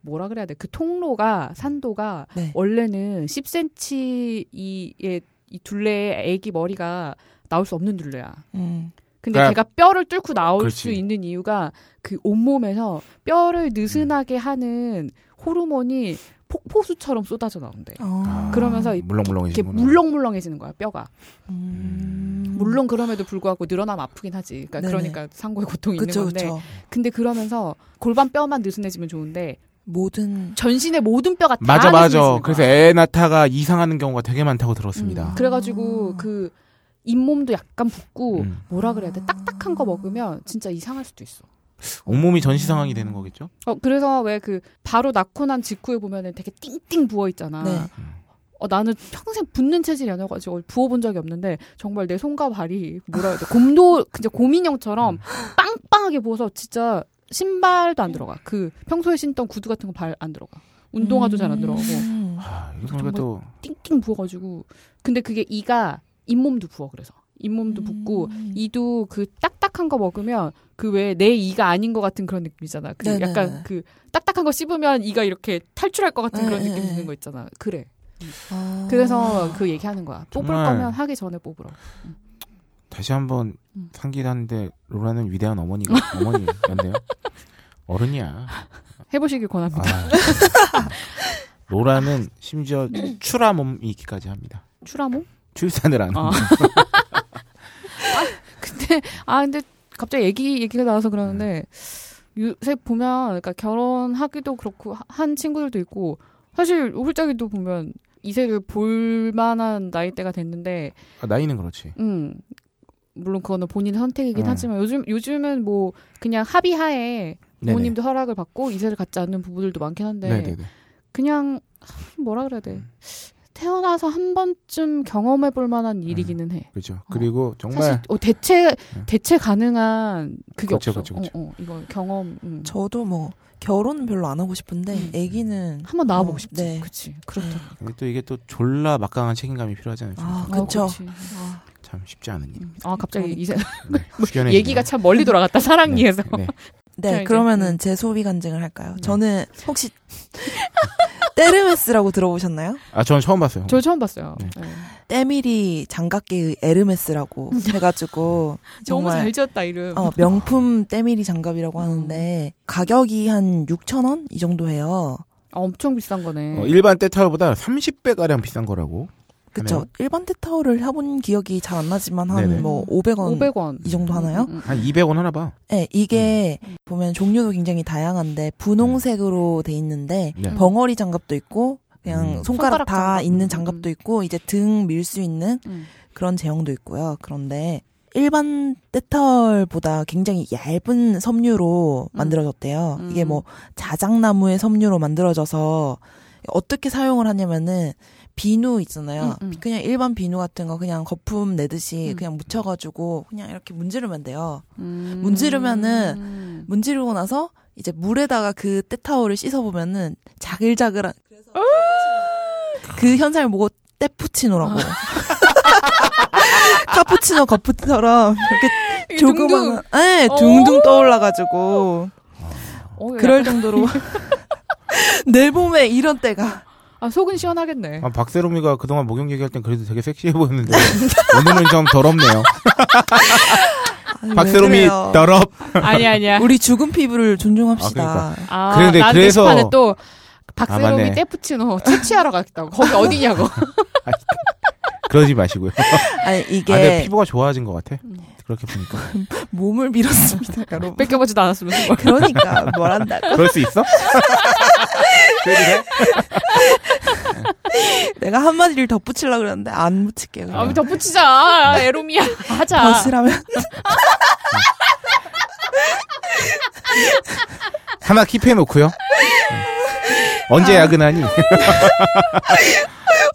Speaker 1: 뭐라 그래야 돼? 그 통로가 산도가
Speaker 3: 네.
Speaker 1: 원래는 10cm 이의 이 둘레에 아기 머리가 나올 수 없는 둘레야.
Speaker 3: 음.
Speaker 1: 근데
Speaker 2: 그러니까-
Speaker 1: 걔가 뼈를 뚫고 나올
Speaker 2: 그렇지.
Speaker 1: 수 있는 이유가 그 온몸에서 뼈를 느슨하게 하는 호르몬이 폭포수처럼 쏟아져 나온대.
Speaker 3: 아.
Speaker 1: 그러면서 이- 이렇게
Speaker 2: 물렁물렁해지구나.
Speaker 1: 물렁물렁해지는 거야 뼈가.
Speaker 3: 음.
Speaker 1: 물론 그럼에도 불구하고 늘어나면 아프긴 하지. 그러니까,
Speaker 3: 네네.
Speaker 1: 그러니까 상고의 고통이
Speaker 3: 그쵸
Speaker 1: 있는 건데.
Speaker 3: 그쵸.
Speaker 1: 근데 그러면서 골반 뼈만 느슨해지면 좋은데
Speaker 3: 모든
Speaker 1: 전신의 모든 뼈가 다
Speaker 2: 맞아 맞아.
Speaker 1: 느슨해지는 거야.
Speaker 2: 그래서 애 낳다가 이상하는 경우가 되게 많다고 들었습니다.
Speaker 1: 음, 그래가지고 그 잇몸도 약간 붓고
Speaker 2: 음.
Speaker 1: 뭐라 그래야 돼 딱딱한 거 먹으면 진짜 이상할 수도 있어.
Speaker 2: 온몸이 전시 상황이 되는 거겠죠?
Speaker 1: 어 그래서 왜 그 바로 낳고 난 직후에 보면은 되게 띵띵 부어 있잖아.
Speaker 3: 네.
Speaker 1: 어 나는 평생 붓는 체질이 아니어가지고 부어본 적이 없는데 정말 내 손과 발이 뭐라 해야 돼 곰도 진짜 곰인형처럼 빵빵하게 부어서 진짜 신발도 안 들어가. 그 평소에 신던 구두 같은 거 발 안 들어가. 운동화도 잘 안 들어가고
Speaker 3: 음.
Speaker 2: 아, 이거 보니까 또
Speaker 1: 띵띵 부어가지고 근데 그게 이가 잇몸도 부어 그래서 잇몸도 붓고
Speaker 3: 음.
Speaker 1: 이도 그 딱딱한 거 먹으면 그 왜 내 이가 아닌 것 같은 그런 느낌이잖아. 그
Speaker 3: 네네네.
Speaker 1: 약간 그 딱딱한 거 씹으면 이가 이렇게 탈출할 것 같은 그런
Speaker 3: 네,
Speaker 1: 느낌
Speaker 3: 네,
Speaker 1: 드는
Speaker 3: 네.
Speaker 1: 거 있잖아. 그래.
Speaker 3: 아.
Speaker 1: 그래서 그 얘기하는 거야. 뽑을
Speaker 2: 정말.
Speaker 1: 거면 하기 전에 뽑으라.
Speaker 2: 다시 한번
Speaker 1: 음.
Speaker 2: 상기하는데 로라는 위대한 어머니가 어머니였네요. 어른이야.
Speaker 1: 해보시길
Speaker 2: 아.
Speaker 1: 권합니다.
Speaker 2: 로라는 심지어 출하 몸이 있기까지 합니다.
Speaker 1: 추라모?
Speaker 2: 출산을 안
Speaker 1: 아.
Speaker 2: 합니다.
Speaker 1: 근데 아 근데 갑자기 얘기 얘기가 나와서 그러는데 요새 보면 그러니까 결혼하기도 그렇고 하- 한 친구들도 있고 사실 홀짝이도 보면 이세를 볼 만한 나이대가 됐는데
Speaker 2: 아, 나이는 그렇지.
Speaker 1: 음 물론 그거는 본인의 선택이긴
Speaker 2: 네.
Speaker 1: 하지만 요즘 요즘은 뭐 그냥 합의하에
Speaker 2: 네네.
Speaker 1: 부모님도 허락을 받고 이세를 갖지 않는 부부들도 많긴 한데
Speaker 2: 네네네.
Speaker 1: 그냥 하, 뭐라 그래야 돼 태어나서 한 번쯤 경험해 볼 만한 일이기는 해.
Speaker 2: 그렇죠. 그리고 정말
Speaker 1: 사실 어, 대체 대체 가능한 그게
Speaker 2: 네. 그렇죠, 그쵸,
Speaker 1: 없어.
Speaker 2: 그쵸, 그쵸.
Speaker 1: 어, 어, 이거 경험 음.
Speaker 3: 저도 뭐 결혼은 별로 안 하고 싶은데
Speaker 1: 음.
Speaker 3: 아기는
Speaker 1: 한번 나와보고
Speaker 3: 어,
Speaker 1: 싶지.
Speaker 3: 네.
Speaker 1: 그치. 그렇더라.
Speaker 2: 근데 또 이게 또 졸라 막강한 책임감이 필요하지 않습니까?
Speaker 3: 아,
Speaker 1: 아,
Speaker 3: 그쵸.
Speaker 1: 그치.
Speaker 3: 아,
Speaker 2: 참 쉽지 않은 일.
Speaker 1: 음. 아, 갑자기
Speaker 3: 그러니까.
Speaker 1: 이제
Speaker 2: 네. 숙연해지네요.
Speaker 1: 얘기가 참 멀리 돌아갔다. 사랑니에서.
Speaker 2: 네. 네.
Speaker 1: 자,
Speaker 3: 네,
Speaker 1: 이제, 음.
Speaker 3: 그러면은 제 소비 간증을 할까요?
Speaker 2: 네.
Speaker 3: 저는 혹시 테르메스라고 들어보셨나요?
Speaker 2: 아, 저는 처음 봤어요.
Speaker 1: 저 처음 봤어요.
Speaker 2: 네.
Speaker 1: 네.
Speaker 3: 때밀이 장갑계의 에르메스라고
Speaker 1: 음.
Speaker 3: 해가지고
Speaker 1: 너무
Speaker 3: 정말
Speaker 1: 잘 지었다, 이름.
Speaker 3: 어, 명품 때밀이 장갑이라고 하는데 가격이 한 6천 원 이 정도 해요.
Speaker 1: 아, 엄청 비싼 거네.
Speaker 2: 어, 일반 때타월보다 30배 가량 비싼 거라고.
Speaker 3: 그쵸?
Speaker 2: 하네요.
Speaker 3: 일반 테타워를 해본 기억이 잘 안 나지만
Speaker 2: 네네.
Speaker 3: 한 뭐 500원
Speaker 1: 500원.
Speaker 3: 이 정도 하나요?
Speaker 1: 음, 음,
Speaker 2: 한 200원 하나 봐.
Speaker 3: 네, 이게
Speaker 2: 음.
Speaker 3: 보면 종류도 굉장히 다양한데 분홍색으로 돼 있는데
Speaker 2: 네.
Speaker 1: 음.
Speaker 3: 벙어리 장갑도 있고 그냥
Speaker 2: 음.
Speaker 3: 손가락,
Speaker 1: 손가락
Speaker 3: 다
Speaker 1: 장갑.
Speaker 3: 있는
Speaker 1: 음.
Speaker 3: 장갑도 있고 이제 등 밀 수 있는
Speaker 1: 음.
Speaker 3: 그런 제형도 있고요. 그런데 일반 때털보다 굉장히 얇은 섬유로
Speaker 1: 음.
Speaker 3: 만들어졌대요.
Speaker 1: 음.
Speaker 3: 이게 뭐 자작나무의 섬유로 만들어져서 어떻게 사용을 하냐면은 비누 있잖아요.
Speaker 1: 음, 음.
Speaker 3: 그냥 일반 비누 같은 거 그냥 거품 내듯이
Speaker 1: 음.
Speaker 3: 그냥 묻혀가지고 그냥 이렇게 문지르면 돼요.
Speaker 1: 음.
Speaker 3: 문지르면은
Speaker 1: 음.
Speaker 3: 문지르고 나서 이제 물에다가 그 때타올을 씻어보면은 자글자글한 그래서
Speaker 1: 어?
Speaker 3: 그 현상을 보고 때푸치노라고 카푸치노 거푸처럼 이렇게
Speaker 1: 이
Speaker 3: 조그만
Speaker 1: 정도.
Speaker 3: 예
Speaker 1: 어.
Speaker 3: 둥둥 떠올라가지고
Speaker 1: 어, 그럴.
Speaker 3: 그럴 정도로 내 몸에 이런 때가
Speaker 1: 아, 속은 시원하겠네.
Speaker 2: 아, 박세롬이가 그동안 목욕 얘기할 땐 그래도 되게 섹시해 보였는데 오늘은 좀 더럽네요.
Speaker 3: 아니,
Speaker 1: 음,
Speaker 3: 왜
Speaker 2: 박세롬이
Speaker 3: 그래요?
Speaker 2: 더럽.
Speaker 1: 아니, 아니야.
Speaker 3: 우리 죽은 피부를 존중합시다.
Speaker 2: 그러니까.
Speaker 1: 아,
Speaker 2: 그런데
Speaker 1: 난
Speaker 2: 그래서- 아,
Speaker 1: 게시판에 또 박세롬이
Speaker 2: 맞네.
Speaker 1: 떼푸치노 채취하러 갔다고. 거기 어디냐고.
Speaker 2: 그러지 마시고요.
Speaker 3: 아니
Speaker 2: 아, 내
Speaker 3: 이게
Speaker 2: 피부가 좋아진 것 같아.
Speaker 1: 예. 음.
Speaker 2: 그렇게 보니까.
Speaker 3: 몸을 밀었습니다, 여러분.
Speaker 1: 뺏겨보지도 않았으면서. 뭘.
Speaker 3: 그러니까 뭐란다고
Speaker 2: 그럴 수 있어? 그래도 돼?
Speaker 3: 내가 한마디를 덧붙이려고 그랬는데 안 붙일게요. 그냥.
Speaker 1: 아, 우리 덧붙이자. 에로미야. 하자.
Speaker 3: 벗으라면
Speaker 2: 하나 킵해놓고요. 음. 언제 야근하니?
Speaker 1: 아,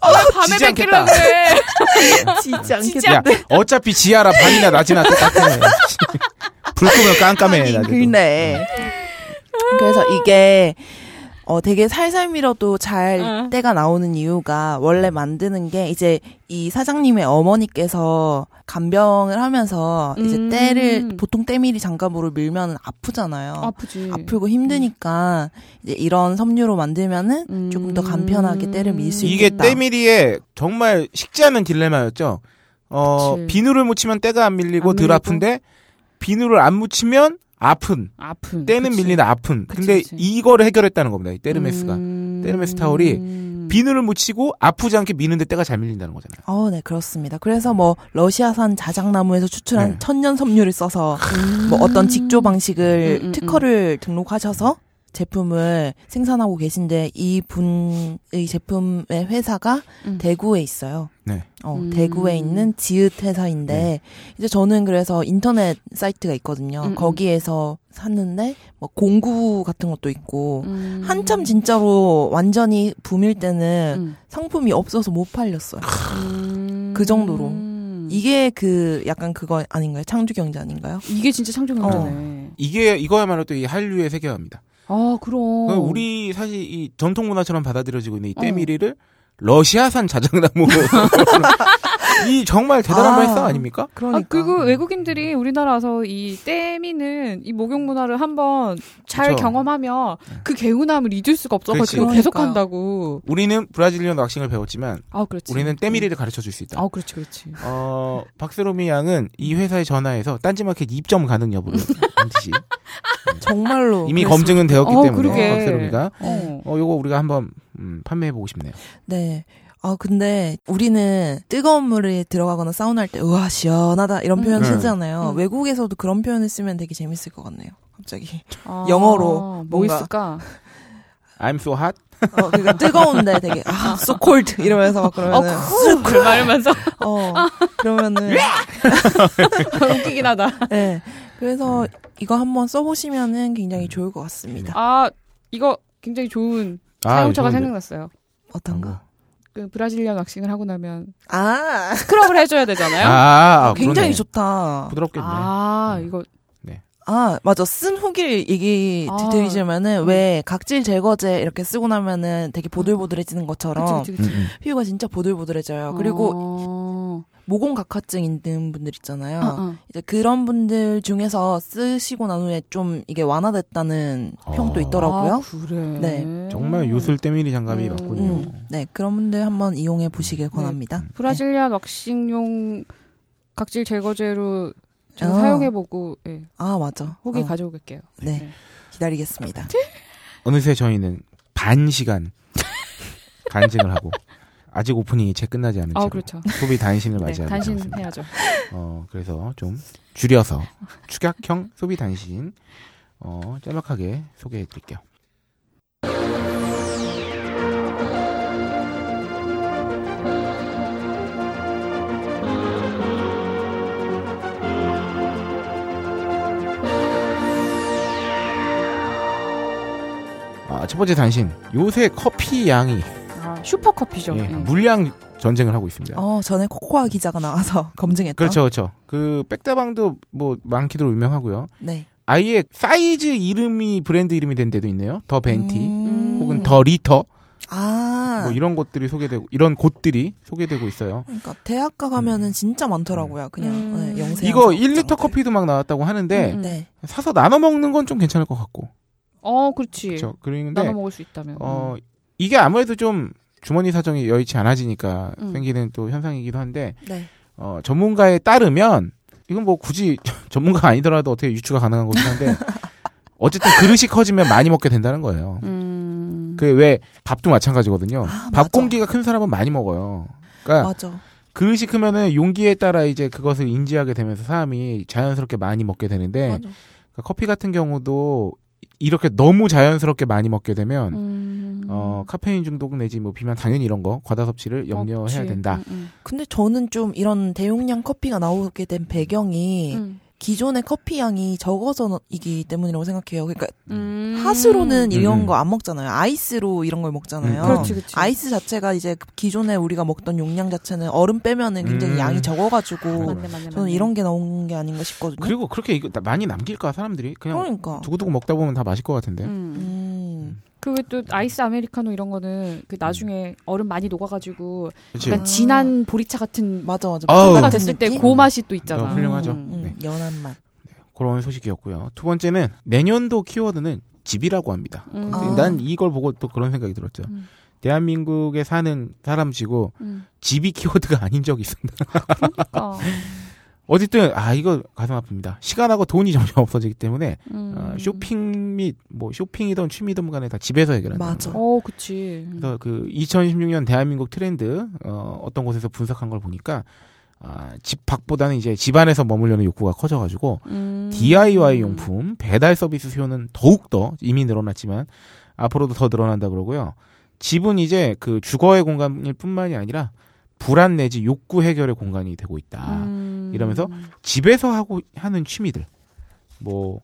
Speaker 1: 밤에
Speaker 2: 아, 지지
Speaker 1: 뵙기로
Speaker 2: 않겠다.
Speaker 1: 했는데.
Speaker 3: 아, 지지
Speaker 1: 진짜
Speaker 2: 야, 어차피 지하라 밤이나 낮이나 똑같아. 불 끄면 깜깜해.
Speaker 3: 하긴
Speaker 2: 낮에도.
Speaker 3: 그네. 그래서 이게 어 되게 살살 밀어도 잘
Speaker 1: 응.
Speaker 3: 때가 나오는 이유가 원래 만드는 게 이제 이 사장님의 어머니께서 간병을 하면서 이제
Speaker 1: 음.
Speaker 3: 때를 보통 때밀이 장갑으로 밀면 어, 아프잖아요. 네.
Speaker 1: 아프지.
Speaker 3: 아프고 힘드니까 이제 이런 섬유로 만들면은
Speaker 1: 음.
Speaker 3: 조금 더 간편하게 때를 밀 수
Speaker 2: 이게
Speaker 3: 있겠다.
Speaker 2: 때밀이의 정말 식지 않은 딜레마였죠. 어,
Speaker 1: 그치.
Speaker 2: 비누를 묻히면 때가 안 밀리고
Speaker 1: 안
Speaker 2: 덜
Speaker 1: 밀리고.
Speaker 2: 아픈데 비누를 안 묻히면 아픈.
Speaker 1: 아픈.
Speaker 2: 때는
Speaker 1: 그치.
Speaker 2: 밀리나 아픈.
Speaker 1: 그치,
Speaker 2: 근데
Speaker 1: 그치.
Speaker 2: 이거를 해결했다는 겁니다. 이 때르메스가.
Speaker 1: 음.
Speaker 2: 때르메스 타올이
Speaker 1: 음.
Speaker 2: 비누를 묻히고 아프지 않게 미는데 때가 잘 밀린다는 거잖아요.
Speaker 3: 어, 네, 그렇습니다. 그래서 뭐, 러시아산 자작나무에서 추출한
Speaker 2: 네.
Speaker 3: 천년 섬유를 써서, 뭐, 어떤 직조 방식을,
Speaker 1: 음, 음, 음.
Speaker 3: 특허를 등록하셔서 제품을 생산하고 계신데, 이 분의 제품의 회사가
Speaker 1: 음.
Speaker 3: 대구에 있어요.
Speaker 2: 네.
Speaker 3: 어,
Speaker 1: 음.
Speaker 3: 대구에 있는 지읒 회사인데,
Speaker 2: 네.
Speaker 3: 이제 저는 그래서 인터넷 사이트가 있거든요.
Speaker 1: 음, 음.
Speaker 3: 거기에서 샀는데, 뭐, 공구 같은 것도 있고,
Speaker 1: 음.
Speaker 3: 한참 진짜로 완전히 붐일 때는
Speaker 1: 음.
Speaker 3: 상품이 없어서 못 팔렸어요.
Speaker 1: 음.
Speaker 3: 그 정도로.
Speaker 1: 음.
Speaker 3: 이게 그 약간 그거 아닌가요? 창조 경제 아닌가요?
Speaker 1: 이게 진짜 창조경제네.
Speaker 2: 이게 이거야말로 또 이 한류의 세계화입니다.
Speaker 1: 아, 그럼.
Speaker 2: 그러니까 우리 사실 이 전통 문화처럼 받아들여지고 있는 이
Speaker 1: 어.
Speaker 2: 때밀이를 러시아산 자작나무 이 정말 대단한
Speaker 3: 아.
Speaker 2: 발상 아닙니까?
Speaker 1: 아,
Speaker 3: 그러니까
Speaker 1: 그리고
Speaker 2: 그러니까.
Speaker 1: 외국인들이 우리나라 와서 이 때미는 이 목욕 문화를 한번 잘
Speaker 2: 그쵸. 네.
Speaker 1: 경험하면 그 개운함을 잊을 수가 없어가지고
Speaker 3: 그치.
Speaker 1: 계속
Speaker 3: 그러니까요.
Speaker 1: 한다고.
Speaker 2: 우리는 브라질리언 왁싱을 배웠지만
Speaker 1: 아, 그렇지.
Speaker 2: 우리는 때밀이를 가르쳐 줄 수 있다.
Speaker 1: 아, 그렇지, 그렇지.
Speaker 2: 어, 박세롬이 양은 이 회사에 전화해서 딴지마켓 입점 가능 여부를 반드시
Speaker 3: 정말로
Speaker 2: 이미
Speaker 3: 그래서-
Speaker 2: 검증은 되었기
Speaker 1: 어,
Speaker 2: 때문에
Speaker 1: 그러게.
Speaker 2: 박세롬이가
Speaker 1: 어.
Speaker 2: 어 요거 우리가 한번 음, 판매해 보고 싶네요.
Speaker 3: 네. 아, 근데 우리는 뜨거운 물에 들어가거나 사우나 할 때, 우와, 시원하다. 이런
Speaker 1: 음.
Speaker 3: 표현
Speaker 2: 네.
Speaker 3: 쓰잖아요.
Speaker 1: 음.
Speaker 3: 외국에서도 그런 표현을 쓰면 되게 재밌을 것 같네요. 갑자기.
Speaker 1: 아,
Speaker 3: 영어로
Speaker 1: 뭐
Speaker 3: 뭔가.
Speaker 1: 있을까?
Speaker 2: I'm so hot.
Speaker 3: 어, 그러니까 뜨거운데 되게, 아, so cold. 이러면서 막 그러면은.
Speaker 1: 그 말하면서
Speaker 3: 어, 그러면은.
Speaker 1: 네. 웃기긴 하다.
Speaker 3: 네.
Speaker 2: 음.
Speaker 3: 그래서 이거 한번 써보시면은 굉장히 좋을 것 같습니다.
Speaker 1: 아 이거 굉장히 좋은
Speaker 2: 아,
Speaker 1: 사용처가 생각났어요.
Speaker 2: 음.
Speaker 3: 어떤가?
Speaker 1: 그 브라질리아 왁싱을 하고 나면
Speaker 3: 아,
Speaker 1: 스크럽을 해줘야 되잖아요. 아,
Speaker 2: 아, 아
Speaker 3: 굉장히
Speaker 2: 그러네.
Speaker 3: 좋다.
Speaker 2: 부드럽겠네.
Speaker 1: 이거
Speaker 3: 아, 맞아. 쓴 후기를 얘기
Speaker 1: 아.
Speaker 3: 드리자면은,
Speaker 1: 음.
Speaker 3: 왜 각질 제거제 이렇게 쓰고 나면은 되게
Speaker 1: 그치
Speaker 3: 보들보들해지는 것처럼
Speaker 1: 그치
Speaker 2: 음,
Speaker 1: 그치.
Speaker 2: 음.
Speaker 3: 피부가 진짜 보들보들해져요. 음. 그리고
Speaker 1: 어.
Speaker 3: 모공 각화증 있는 분들 있잖아요.
Speaker 1: 아, 아.
Speaker 3: 이제 그런 분들 중에서 쓰시고 난 후에 좀 이게 완화됐다는
Speaker 2: 어.
Speaker 3: 평도 있더라고요.
Speaker 1: 아, 그래.
Speaker 3: 네.
Speaker 2: 정말 요술 때밀이 장갑이
Speaker 1: 음.
Speaker 2: 맞군요.
Speaker 3: 음, 네, 그런 분들 한번 이용해 보시길 권합니다.
Speaker 1: 브라질리아 왁싱용 각질 제거제로 제가
Speaker 3: 어.
Speaker 1: 사용해보고 예,
Speaker 3: 아, 맞아.
Speaker 1: 후기
Speaker 3: 어, 아,
Speaker 1: 가져오겠게요.
Speaker 3: 네,
Speaker 1: 네.
Speaker 3: 기다리겠습니다.
Speaker 2: 어느새 저희는 반 시간 간증을 하고 아직 오프닝이 채 끝나지 않은
Speaker 1: 아
Speaker 2: 채로
Speaker 1: 그렇죠.
Speaker 2: 소비 단신을
Speaker 1: 네,
Speaker 2: 맞이하고 있습니다.
Speaker 1: 단신해야죠.
Speaker 2: 어, 그래서 좀 줄여서 축약형 소비 단신 어, 짤막하게 소개해 드릴게요. 아, 첫 번째 단신. 요새 커피 양이
Speaker 1: 아, 슈퍼 커피죠.
Speaker 2: 예,
Speaker 1: 예.
Speaker 2: 물량 전쟁을 하고 있습니다.
Speaker 3: 어, 전에 코코아 기자가 나와서 검증했던.
Speaker 1: 어?
Speaker 2: 그렇죠, 그렇죠. 그 백다방도 뭐 많기로 유명하고요.
Speaker 3: 네.
Speaker 2: 아예 사이즈 이름이 브랜드 이름이 된 데도 있네요. 더 벤티
Speaker 3: 음.
Speaker 2: 혹은 더 리터
Speaker 1: 음.
Speaker 3: 아.
Speaker 2: 뭐 이런 것들이 소개되고 이런 곳들이 소개되고 있어요.
Speaker 3: 그러니까 대학가 가면은 진짜 많더라고요. 그냥
Speaker 1: 음.
Speaker 3: 네, 영세.
Speaker 2: 음. 이거 1리터 커피도 막 나왔다고 하는데
Speaker 1: 음.
Speaker 3: 네.
Speaker 2: 사서 나눠 먹는 건 좀 괜찮을 것 같고.
Speaker 1: 어 그렇지.
Speaker 2: 그렇죠.
Speaker 1: 나눠 음.
Speaker 2: 그런데
Speaker 1: 먹을 수 있다면.
Speaker 2: 어 이게 아무래도 좀 주머니 사정이 여의치 않아지니까
Speaker 1: 음.
Speaker 2: 생기는 또 현상이기도 한데
Speaker 3: 네.
Speaker 2: 어 전문가에 따르면 이건 뭐 굳이 전문가가 아니더라도 어떻게 유추가 가능한 거긴 한데 어쨌든 그릇이 커지면 많이 먹게 된다는 거예요.
Speaker 1: 음.
Speaker 2: 그게 왜 밥도 마찬가지거든요.
Speaker 3: 아,
Speaker 2: 밥
Speaker 3: 맞아.
Speaker 2: 공기가 큰 사람은 많이 먹어요. 그러니까
Speaker 3: 맞아.
Speaker 2: 그릇이 크면은 용기에 따라 이제 그것을 인지하게 되면서 사람이 자연스럽게 많이 먹게 되는데
Speaker 3: 맞아.
Speaker 2: 그러니까 커피 같은 경우도 이렇게 너무 자연스럽게 많이 먹게 되면
Speaker 1: 음.
Speaker 2: 그, 어 카페인 중독 내지 뭐 비만 당연히 이런 거 과다 섭취를 염려해야
Speaker 1: 그치.
Speaker 2: 된다.
Speaker 1: 음, 음.
Speaker 3: 근데 저는 좀 이런 대용량 커피가 나오게 된 배경이
Speaker 1: 음.
Speaker 3: 기존의 커피 양이 적어서이기 때문이라고 생각해요. 그러니까
Speaker 1: 음.
Speaker 3: 하수로는 이런
Speaker 2: 음.
Speaker 3: 거 안 먹잖아요. 아이스로 이런 걸 먹잖아요.
Speaker 2: 음.
Speaker 1: 그렇지 그렇지.
Speaker 3: 아이스 자체가 이제 기존에 우리가 먹던 용량 자체는 얼음 빼면은 굉장히
Speaker 2: 음.
Speaker 3: 양이 적어가지고
Speaker 1: 맞네, 맞네,
Speaker 3: 저는
Speaker 1: 맞네.
Speaker 3: 이런 게 나온 게 아닌가 싶거든요.
Speaker 2: 그리고 그렇게 이거 나- 많이 남길까 사람들이 그냥
Speaker 3: 그러니까.
Speaker 2: 두고두고 먹다 보면 다 마실 것 같은데.
Speaker 1: 음.
Speaker 3: 음.
Speaker 1: 그게 또 아이스 아메리카노 이런 거는 그 나중에 얼음 많이 녹아가지고
Speaker 2: 그치?
Speaker 1: 약간 진한 보리차 같은
Speaker 3: 맞아 맞아.
Speaker 2: 음. 아우.
Speaker 1: 소다가
Speaker 2: 어우.
Speaker 1: 됐을 때
Speaker 3: 느낌?
Speaker 1: 아. 그 맛이 또 있잖아.
Speaker 2: 너무 훌륭하죠.
Speaker 1: 음.
Speaker 3: 음,
Speaker 2: 네.
Speaker 3: 연한 맛.
Speaker 2: 그런 소식이었고요. 두 번째는 내년도 키워드는 집이라고 합니다.
Speaker 1: 음.
Speaker 3: 아.
Speaker 2: 난 이걸 보고 또 그런 생각이 들었죠.
Speaker 1: 음.
Speaker 2: 대한민국에 사는 사람치고
Speaker 1: 음.
Speaker 2: 집이 키워드가 아닌 적이 있습니다.
Speaker 1: 아,
Speaker 2: 어쨌든 아 이거 가슴 아픕니다. 시간하고 돈이 점점 없어지기 때문에
Speaker 1: 음.
Speaker 2: 어, 쇼핑 및 뭐 쇼핑이든 취미든 간에 다 집에서 해결한다.
Speaker 3: 맞아.
Speaker 1: 어, 그치.
Speaker 2: 그래서 그 2016년 대한민국 트렌드 어, 어떤 곳에서 분석한 걸 보니까 아, 집 밖보다는 이제 집안에서 머물려는 욕구가 커져가지고
Speaker 1: 음.
Speaker 2: DIY 용품 배달 서비스 수요는 더욱더 이미 늘어났지만 앞으로도 더 늘어난다 그러고요. 집은 이제 그 주거의 공간일 뿐만이 아니라 불안 내지 욕구 해결의 공간이 되고 있다.
Speaker 1: 음.
Speaker 2: 이러면서 집에서 하고 하는 취미들. 뭐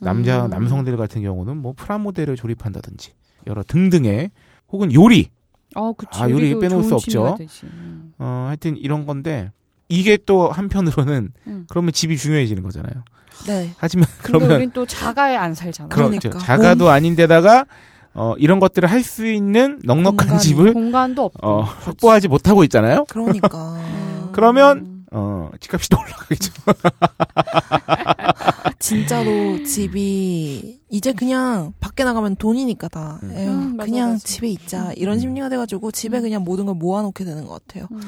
Speaker 2: 남자
Speaker 1: 음.
Speaker 2: 남성들 같은 경우는 뭐 프라모델을 조립한다든지 여러 등등의 혹은 요리
Speaker 1: 어, 그치.
Speaker 2: 아, 요리
Speaker 1: 요리도
Speaker 2: 빼놓을 수
Speaker 1: 좋은
Speaker 2: 없죠.
Speaker 1: 취미가 되지. 음.
Speaker 2: 어 하여튼 이런 건데 이게 또 한편으로는
Speaker 1: 음.
Speaker 2: 그러면 집이 중요해지는 거잖아요.
Speaker 3: 네.
Speaker 2: 하지만
Speaker 1: 근데
Speaker 2: 그러면
Speaker 1: 우린 또 자가에 안 살잖아.
Speaker 2: 그렇죠.
Speaker 3: 그러니까.
Speaker 2: 자가도 아닌데다가 어, 이런 것들을 할 수 있는 넉넉한
Speaker 3: 공간이.
Speaker 2: 집을
Speaker 1: 공간도 없고.
Speaker 2: 어, 확보하지 못하고 있잖아요.
Speaker 3: 그러니까.
Speaker 1: 음.
Speaker 2: 그러면- 어, 집값이 더 올라가겠죠.
Speaker 3: 진짜로
Speaker 1: 음.
Speaker 3: 집이 이제 그냥 밖에 나가면 돈이니까 다
Speaker 2: 음.
Speaker 3: 에휴,
Speaker 1: 음, 맞아,
Speaker 3: 그냥
Speaker 1: 맞아.
Speaker 3: 집에 있자 이런
Speaker 2: 음.
Speaker 3: 심리가 돼가지고 집에
Speaker 1: 음.
Speaker 3: 그냥 모든 걸 모아놓게 되는 것 같아요.
Speaker 1: 음.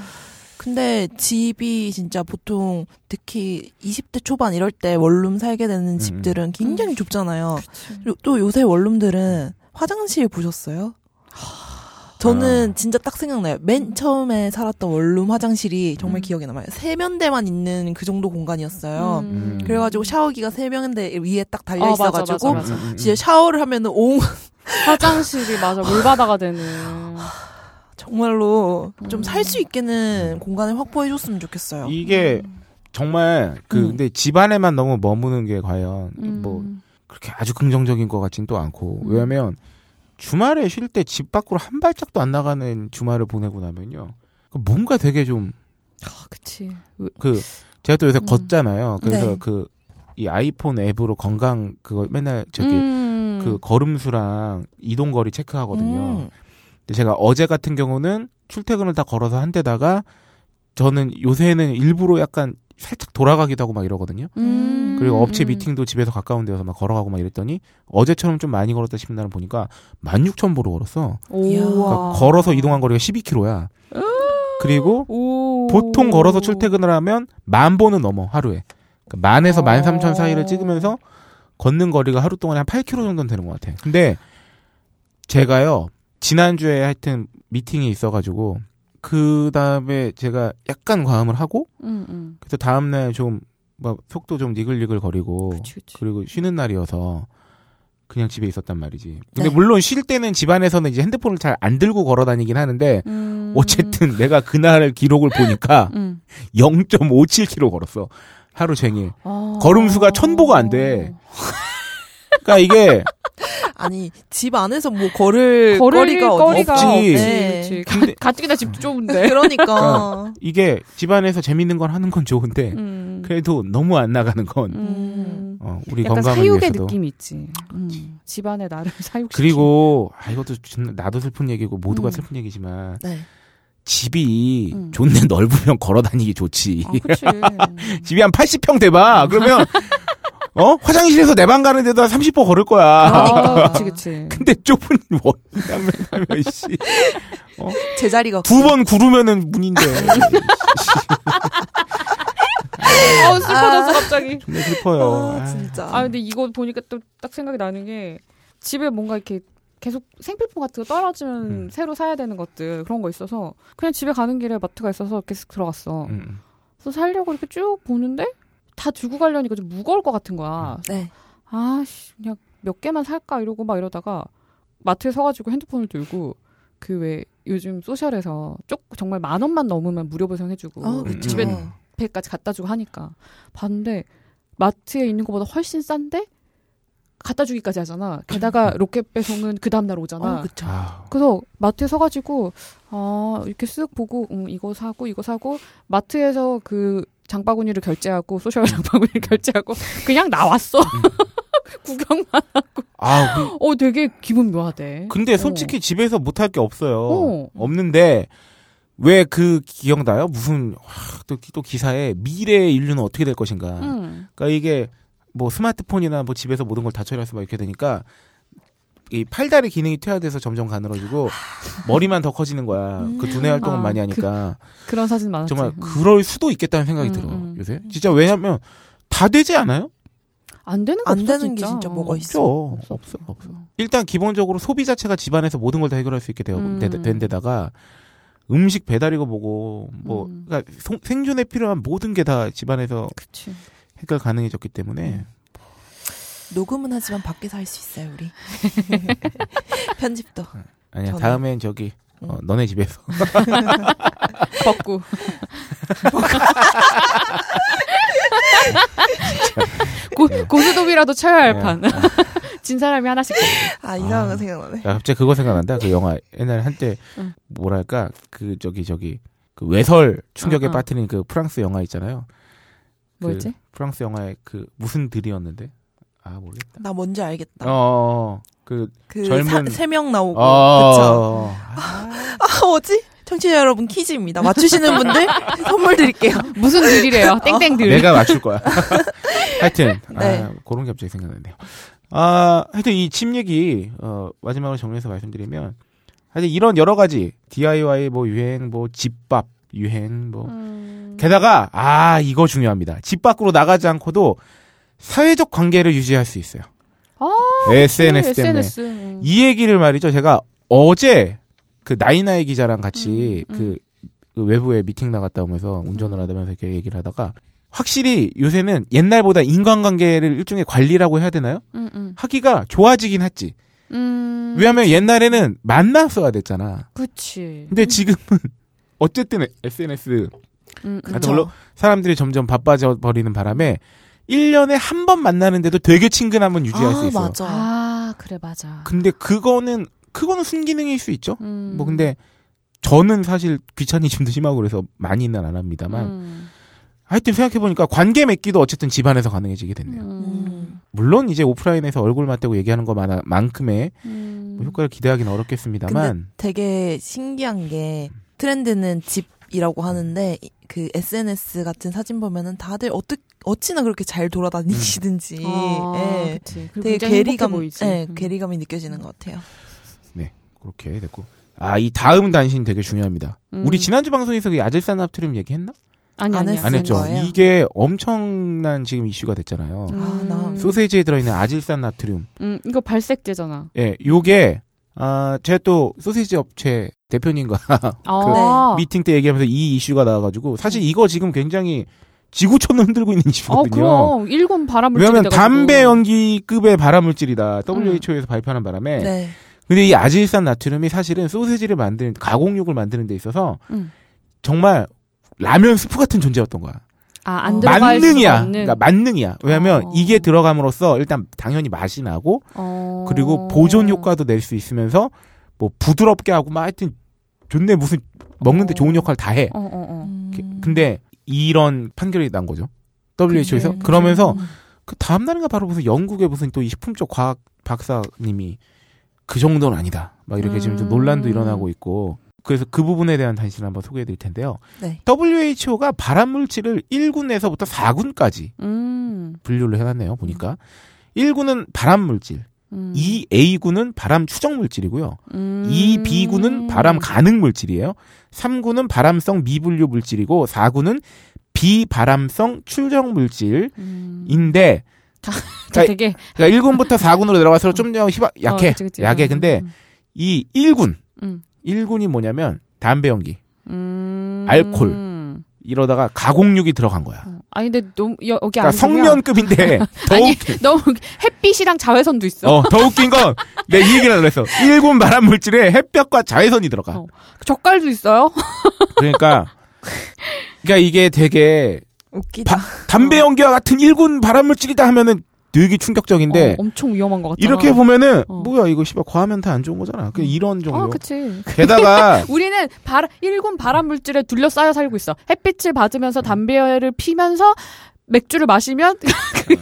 Speaker 3: 근데 집이 진짜 보통 특히 20대 초반 이럴 때 원룸 살게 되는
Speaker 2: 음.
Speaker 3: 집들은 굉장히 좁잖아요.
Speaker 1: 그치.
Speaker 3: 요- 또 요새 원룸들은 화장실 보셨어요?
Speaker 1: 아.
Speaker 3: 저는 진짜 딱 생각나요. 맨 처음에 살았던 원룸 화장실이 정말 기억에 남아요. 세면대만 있는 그 정도 공간이었어요.
Speaker 1: 음. 음.
Speaker 3: 그래가지고 샤워기가 세면대 위에 딱 달려
Speaker 1: 어, 맞아,
Speaker 3: 음. 있어가지고
Speaker 1: 맞아, 맞아.
Speaker 2: 음.
Speaker 3: 진짜 샤워를 하면은 온
Speaker 1: 화장실이 맞아 물바다가 되는.
Speaker 2: 아,
Speaker 3: 정말로 좀 살 수 있게는 공간을 확보해줬으면 좋겠어요.
Speaker 2: 음. 이게 정말 그
Speaker 3: 음.
Speaker 2: 근데 집안에만 너무 머무는 게 과연
Speaker 1: 음.
Speaker 2: 뭐 그렇게 아주 긍정적인 것 같진 또 않고
Speaker 1: 음.
Speaker 2: 왜냐면 주말에 쉴 때 집 밖으로 한 발짝도 안 나가는 주말을 보내고 나면요 그 뭔가 되게
Speaker 1: 아, 그치.
Speaker 2: 좀 그 제가 또 요새
Speaker 1: 음.
Speaker 2: 걷잖아요 그래서
Speaker 3: 네.
Speaker 2: 그 이 아이폰 앱으로 건강 그거 맨날 저기
Speaker 1: 음.
Speaker 2: 그 걸음수랑 이동 거리 체크하거든요
Speaker 3: 음.
Speaker 2: 근데 제가 어제 같은 경우는 출퇴근을 다 걸어서 한 데다가 저는 요새는 일부러 약간 살짝 돌아가기도 하고 막 이러거든요.
Speaker 1: 음.
Speaker 2: 그리고 업체
Speaker 1: 음.
Speaker 2: 미팅도 집에서 가까운 데여서 막 걸어가고 막 이랬더니 어제처럼 좀 많이 걸었다 싶은 날은 보니까 16,000보로 걸었어.
Speaker 3: 이야.
Speaker 1: 우와. 음.
Speaker 2: 그러니까 걸어서 이동한 거리가 12km야. 그리고
Speaker 1: 오.
Speaker 2: 보통 걸어서 출퇴근을 하면 만 보는 넘어 하루에. 그러니까 만에서
Speaker 1: 어.
Speaker 2: 만 삼천 사이를 찍으면서 걷는 거리가 하루 동안에 한 8km 정도는 되는 것 같아. 근데 제가요 지난주에 하여튼 미팅이 있어가지고 그 다음에 제가 약간 과음을 하고
Speaker 1: 음, 음.
Speaker 2: 그래서 다음 날좀막 속도 좀 니글니글 거리고
Speaker 1: 그치, 그치.
Speaker 2: 그리고 쉬는 날이어서 그냥 집에 있었단 말이지. 근데
Speaker 3: 네.
Speaker 2: 물론 쉴 때는 집안에서는 이제 핸드폰을 잘 안 들고 걸어 다니긴 하는데
Speaker 1: 음.
Speaker 2: 어쨌든 내가 그날 기록을 보니까
Speaker 1: 음.
Speaker 2: 0.57km 걸었어. 하루 종일.
Speaker 1: 아.
Speaker 2: 걸음수가 천보가 안 돼. 그러니까 이게
Speaker 3: 아니 집 안에서 뭐 걸을
Speaker 1: 그 걸을
Speaker 3: 거리가, 어디
Speaker 1: 거리가
Speaker 2: 없지.
Speaker 1: 없지.
Speaker 3: 네.
Speaker 1: 그치. 가-
Speaker 2: 근데
Speaker 1: 가뜩이나 집도 좁은데.
Speaker 2: 어.
Speaker 3: 그러니까
Speaker 2: 이게 집안에서 재밌는 건 하는 건 좋은데
Speaker 1: 음.
Speaker 2: 그래도 너무 안 나가는 건
Speaker 1: 음.
Speaker 2: 어, 우리
Speaker 1: 약간
Speaker 2: 건강을
Speaker 1: 사육의
Speaker 2: 위해서도.
Speaker 1: 느낌이 있지. 음. 집안에 나를 사육시키는.
Speaker 2: 그리고 아 이것도 진- 나도 슬픈 얘기고 모두가
Speaker 1: 음.
Speaker 2: 슬픈 얘기지만
Speaker 3: 네.
Speaker 2: 집이
Speaker 1: 음.
Speaker 2: 존내 넓으면 걸어 다니기 좋지.
Speaker 1: 아, 그치.
Speaker 2: 집이 한 80평 돼봐. 그러면 어 화장실에서 내 방 가는데도 한 30보 걸을 거야.
Speaker 1: 아,
Speaker 3: 그러니까.
Speaker 1: 그치, 그치.
Speaker 2: 근데 좁은 원이라면 하면 씨.
Speaker 3: 제자리가
Speaker 2: 두 번 구르면은 문인데.
Speaker 1: 어, 슬퍼졌어, 갑자기.
Speaker 2: 정말 슬퍼요.
Speaker 3: 아,
Speaker 2: 아,
Speaker 3: 진짜
Speaker 1: 아, 근데 이거 보니까 또 딱 생각이 나는 게 집에 뭔가 이렇게 계속 생필품 같은 거 떨어지면
Speaker 2: 음.
Speaker 1: 새로 사야 되는 것들 그런 거 있어서 그냥 집에 가는 길에 마트가 있어서 이렇게 쓱 들어갔어.
Speaker 2: 음.
Speaker 1: 그래서 살려고 이렇게 쭉 보는데 다 들고 가려니까 좀 무거울 것 같은 거야.
Speaker 3: 네.
Speaker 1: 아씨 그냥 몇 개만 살까 이러고 막 이러다가 마트에 서가지고 핸드폰을 들고 그 왜 요즘 소셜에서 쪽 정말 만 원만 넘으면 무료 배송해주고
Speaker 3: 아, 그쵸.
Speaker 1: 집에
Speaker 2: 음.
Speaker 1: 배까지 갖다 주고 하니까 봤는데 마트에 있는 것보다 훨씬 싼데 갖다 주기까지 하잖아. 게다가 로켓 배송은 그 다음날 오잖아.
Speaker 3: 어, 그쵸.
Speaker 2: 아,
Speaker 1: 그래서 마트에 서가지고 아 이렇게 쓱 보고 음, 이거 사고 이거 사고 마트에서 그 장바구니를 결제하고 소셜 장바구니를 결제하고 그냥 나왔어
Speaker 2: 음.
Speaker 1: 구경만
Speaker 2: 아, 그-
Speaker 1: 어 되게 기분 묘하대
Speaker 2: 근데 솔직히 집에서 못할 게 없어요.
Speaker 1: 어.
Speaker 2: 없는데 왜 그 기억나요? 무슨 와, 또, 기- 또 기사에 미래의 인류는 어떻게 될 것인가.
Speaker 1: 음.
Speaker 2: 그러니까 이게 뭐 스마트폰이나 뭐 집에서 모든 걸 다 처리할 수막 이렇게 되니까 이 팔다리 기능이 퇴화돼서 점점 가늘어지고 머리만 더 커지는 거야. 그 두뇌 활동을
Speaker 1: 아,
Speaker 2: 많이
Speaker 1: 그-
Speaker 2: 하니까.
Speaker 1: 그런 사진 많았지
Speaker 2: 정말
Speaker 1: 음.
Speaker 2: 그럴 수도 있겠다는 생각이
Speaker 1: 음,
Speaker 2: 들어
Speaker 1: 음.
Speaker 2: 요새 진짜 왜냐면 다 되지 않아요?
Speaker 1: 안 되는 거
Speaker 3: 안
Speaker 1: 없어,
Speaker 3: 되는 게 진짜 뭐가
Speaker 1: 어,
Speaker 2: 없죠.
Speaker 3: 있어.
Speaker 1: 없어 없어
Speaker 2: 없어. 일단 기본적으로 소비 자체가 집안에서 모든 걸 다 해결할 수 있게 되어
Speaker 1: 음.
Speaker 2: 되- 된 데다가 음식 배달이고 뭐고 뭐
Speaker 1: 음.
Speaker 2: 그러니까 소- 생존에 필요한 모든 게 다 집안에서
Speaker 1: 그치
Speaker 2: 해결 가능해졌기 때문에
Speaker 1: 음.
Speaker 3: 녹음은 하지만 밖에서 할 수 있어요 우리 편집도
Speaker 2: 아니야
Speaker 3: 저는-
Speaker 2: 다음엔 저기 어, 너네 집에서
Speaker 1: 벗고 고,
Speaker 2: 네.
Speaker 1: 고스톱이라도 쳐야 할 판
Speaker 2: 어.
Speaker 1: 진 사람이 하나씩
Speaker 3: 아
Speaker 2: 이상한 거
Speaker 3: 이상한
Speaker 2: 아.
Speaker 3: 거 생각나네
Speaker 2: 야, 갑자기 그거 생각난다 그 영화 옛날에 한때
Speaker 1: 응.
Speaker 2: 뭐랄까 그 저기 저기 그 외설 충격에
Speaker 1: 어, 어.
Speaker 2: 빠뜨린 그 프랑스 영화 있잖아요 그
Speaker 1: 뭐였지
Speaker 2: 프랑스 영화의 그 무슨 들이었는데 아 모르겠다.
Speaker 3: 나 뭔지 알겠다
Speaker 2: 어, 그
Speaker 3: 그
Speaker 2: 젊은-
Speaker 3: 세 명 나오고 그쵸
Speaker 2: 어,
Speaker 3: 아 뭐지 청취자 여러분 퀴즈입니다 맞추시는 분들 선물 드릴게요
Speaker 1: 무슨 들이래요 땡땡들
Speaker 2: 어, 아, 내가 맞출 거야. 하여튼
Speaker 3: 네.
Speaker 2: 아, 그런 게 갑자기 생각났네요. 아, 하여튼 이 침 얘기 어, 마지막으로 정리해서 말씀드리면 하여튼 이런 여러 가지 DIY 뭐 유행 뭐 집밥 유행 뭐
Speaker 1: 음.
Speaker 2: 게다가 아 이거 중요합니다. 집 밖으로 나가지 않고도 사회적 관계를 유지할 수 있어요.
Speaker 1: 아, 네,
Speaker 2: SNS 때문에
Speaker 1: 어, SNS. 음.
Speaker 2: 이 얘기를 말이죠. 제가 어제 그 나이나이 기자랑 같이
Speaker 1: 음, 음.
Speaker 2: 그, 그 외부에 미팅 나갔다 오면서 운전을 하면서 이렇게 얘기를 하다가 확실히 요새는 옛날보다 인간관계를 일종의 관리라고 해야 되나요?
Speaker 1: 음, 음.
Speaker 2: 하기가 좋아지긴 했지.
Speaker 1: 음.
Speaker 2: 왜냐하면 옛날에는 만났어야 됐잖아.
Speaker 1: 그치.
Speaker 2: 근데 지금은 어쨌든 SNS
Speaker 1: 음, 음.
Speaker 2: 하여튼 물론 사람들이 점점 바빠져 버리는 바람에 1년에 한 번 만나는데도 되게 친근함은 유지할 수
Speaker 3: 아,
Speaker 2: 있어요.
Speaker 3: 맞아.
Speaker 1: 아, 그래, 맞아.
Speaker 2: 근데 그거는 그거는 순기능일 수 있죠.
Speaker 1: 음.
Speaker 2: 뭐 근데 저는 사실 귀차니즘도 심하고 그래서 많이는 안 합니다만
Speaker 1: 음.
Speaker 2: 하여튼 생각해 보니까 관계 맺기도 어쨌든 집안에서 가능해지게 됐네요.
Speaker 1: 음.
Speaker 2: 물론 이제 오프라인에서 얼굴 맞대고 얘기하는 것만큼의
Speaker 1: 음.
Speaker 2: 뭐 효과를 기대하기는 어렵겠습니다만
Speaker 3: 되게 신기한 게 트렌드는 집이라고 하는데 이- 그 SNS 같은 사진 보면은 다들 어떻 어찌나 그렇게 잘 돌아다니시든지
Speaker 2: 뭐
Speaker 1: 아,
Speaker 3: 예.
Speaker 1: 그치. 그리고
Speaker 3: 되게
Speaker 1: 굉장히
Speaker 3: 괴리감
Speaker 1: 행복해 보이지.
Speaker 3: 예,
Speaker 1: 음.
Speaker 3: 괴리감이 느껴지는 것 같아요.
Speaker 2: 그렇게 됐고 아 이 다음 단신 되게 중요합니다.
Speaker 1: 음.
Speaker 2: 우리 지난주 방송에서 그 아질산 앞트림 얘기했나?
Speaker 1: 아니,
Speaker 3: 안
Speaker 1: 아니,
Speaker 2: 안
Speaker 3: 했어요.
Speaker 2: 했죠.
Speaker 3: 거예요?
Speaker 2: 이게 엄청난 지금 이슈가 됐잖아요.
Speaker 3: 아, 나-
Speaker 1: 음.
Speaker 2: 소세지에 들어있는 아질산 나트륨.
Speaker 1: 음, 이거 발색제잖아.
Speaker 2: 예, 요게 아 제가 또 소세지 업체 대표님과 그
Speaker 3: 네.
Speaker 1: 아.
Speaker 2: 미팅 때 얘기하면서 이 이슈가 나와가지고 사실 이거 지금 굉장히 지구촌을 흔들고 있는
Speaker 1: 어,
Speaker 2: 이슈거든요.
Speaker 1: 그럼 일본 바람을
Speaker 2: 왜냐하면 담배 연기급의 발암물질이다 WHO에서 발표하는 바람에
Speaker 3: 네.
Speaker 2: 근데 이 아질산 나트륨이 사실은 소세지를 만드는 가공육을 만드는 데 있어서
Speaker 1: 음.
Speaker 2: 정말 라면 스프 같은 존재였던 거야.
Speaker 1: 아안 들어갈 수가
Speaker 2: 만능이야.
Speaker 1: 없는.
Speaker 2: 그러니까 만능이야. 왜냐하면
Speaker 1: 어.
Speaker 2: 이게 들어감으로써 일단 당연히 맛이 나고
Speaker 1: 어.
Speaker 2: 그리고 보존 효과도 낼 수 있으면서 뭐 부드럽게 하고 막 하여튼 존내 무슨 먹는데
Speaker 1: 어.
Speaker 2: 좋은 역할을 다 해.
Speaker 1: 어, 어, 어.
Speaker 2: 게-
Speaker 3: 음.
Speaker 2: 그, 근데 이런 판결이 난 거죠.
Speaker 1: 네.
Speaker 2: WHO에서
Speaker 3: 그치.
Speaker 2: 그러면서
Speaker 3: 음.
Speaker 2: 그 다음 날인가 바로 무슨 영국의 무슨 또 이 식품적 과학 박사님이 그 정도는 아니다. 막 이렇게 지금 좀
Speaker 1: 음.
Speaker 2: 논란도 일어나고 있고. 그래서 그 부분에 대한 단신을 한번 소개해 드릴 텐데요.
Speaker 3: 네.
Speaker 2: WHO가 발암 물질을 1군에서부터 4군까지
Speaker 1: 음.
Speaker 2: 분류를 해놨네요. 보니까 1군은 발암 물질,
Speaker 1: 음.
Speaker 2: 2A군은 발암 추정 물질이고요.
Speaker 1: 음.
Speaker 2: 2B군은 발암 가능 물질이에요. 3군은 발암성 미분류 물질이고 4군은 비발암성 출정 물질
Speaker 1: 음.
Speaker 2: 인데
Speaker 1: 저 되게
Speaker 2: 그러니까 1군부터 4군으로 내려가서 좀더 약해.
Speaker 1: 어, 그치, 그치.
Speaker 2: 약해.
Speaker 1: 음,
Speaker 2: 근데
Speaker 1: 음,
Speaker 2: 이 1군.
Speaker 1: 음.
Speaker 2: 1군이 뭐냐면 담배 연기.
Speaker 1: 음.
Speaker 2: 알콜.
Speaker 1: 음.
Speaker 2: 이러다가 가공육이 들어간 거야.
Speaker 1: 어. 아니 근데 너무 여, 여기
Speaker 2: 그러니까
Speaker 1: 안 보면
Speaker 2: 성면급인데 더
Speaker 1: 아니,
Speaker 2: 웃긴.
Speaker 1: 너무 햇빛이랑 자외선도 있어.
Speaker 2: 어, 더 웃긴 건 내 이 얘기를 하려고 했어. 1군 발암 물질에 햇볕과 자외선이 들어가.
Speaker 1: 어. 젓갈도 있어요.
Speaker 2: 그러니까 그러니까 이게 되게
Speaker 3: 웃기다.
Speaker 2: 담배
Speaker 1: 어.
Speaker 2: 연기와 같은 1군 발암 물질이다 하면은 되게 충격적인데
Speaker 1: 어, 엄청 위험한 것 같아.
Speaker 2: 이렇게 보면은
Speaker 1: 어.
Speaker 2: 뭐야 이거 씨발 과하면 다 안 좋은 거잖아. 그 이런 정도.
Speaker 1: 아, 그치.
Speaker 2: 게다가
Speaker 1: 우리는 발, 일군 발암 물질에 둘러싸여 살고 있어. 햇빛을 받으면서 담배를 피면서 맥주를 마시면 그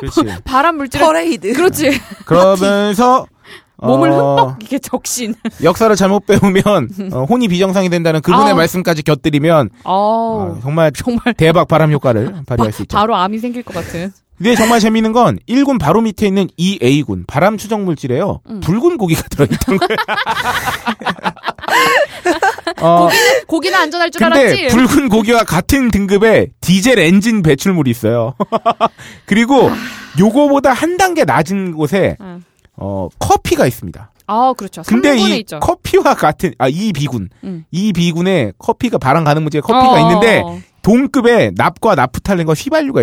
Speaker 2: 그렇지.
Speaker 1: 발암 물질에
Speaker 3: 퍼레이드.
Speaker 1: 그렇지.
Speaker 2: 그러면서
Speaker 1: 몸을
Speaker 2: 어,
Speaker 1: 흠뻑 이게 적신.
Speaker 2: 역사를 잘못 배우면 어, 혼이 비정상이 된다는 그분의
Speaker 1: 아우.
Speaker 2: 말씀까지 곁들이면
Speaker 1: 어우.
Speaker 2: 어, 정말
Speaker 1: 정말
Speaker 2: 대박 바람 효과를 발휘할 수 있죠.
Speaker 1: 바로 암이 생길 것 같은.
Speaker 2: 근데 정말 재미있는 건 1군 바로 밑에 있는 2A군 바람 추정 물질에요.
Speaker 1: 음.
Speaker 2: 붉은 고기가 들어있던 거예요. 어,
Speaker 1: 고기는 안전할 줄
Speaker 2: 근데
Speaker 1: 알았지.
Speaker 2: 붉은 고기와 같은 등급의 디젤 엔진 배출물이 있어요. 그리고 요거보다 한 단계 낮은 곳에
Speaker 1: 아. 응.
Speaker 2: 어, 커피가 있습니다.
Speaker 1: 아 그렇죠.
Speaker 2: 근데
Speaker 1: 3군에
Speaker 2: 이
Speaker 1: 있죠.
Speaker 2: 커피와 같은 아 이 비군
Speaker 1: 음.
Speaker 2: 이 비군에 커피가 발암 가능 문제 커피가
Speaker 1: 어,
Speaker 2: 있는데
Speaker 1: 어, 어.
Speaker 2: 동급에 납과 나프탈렌과 휘발유가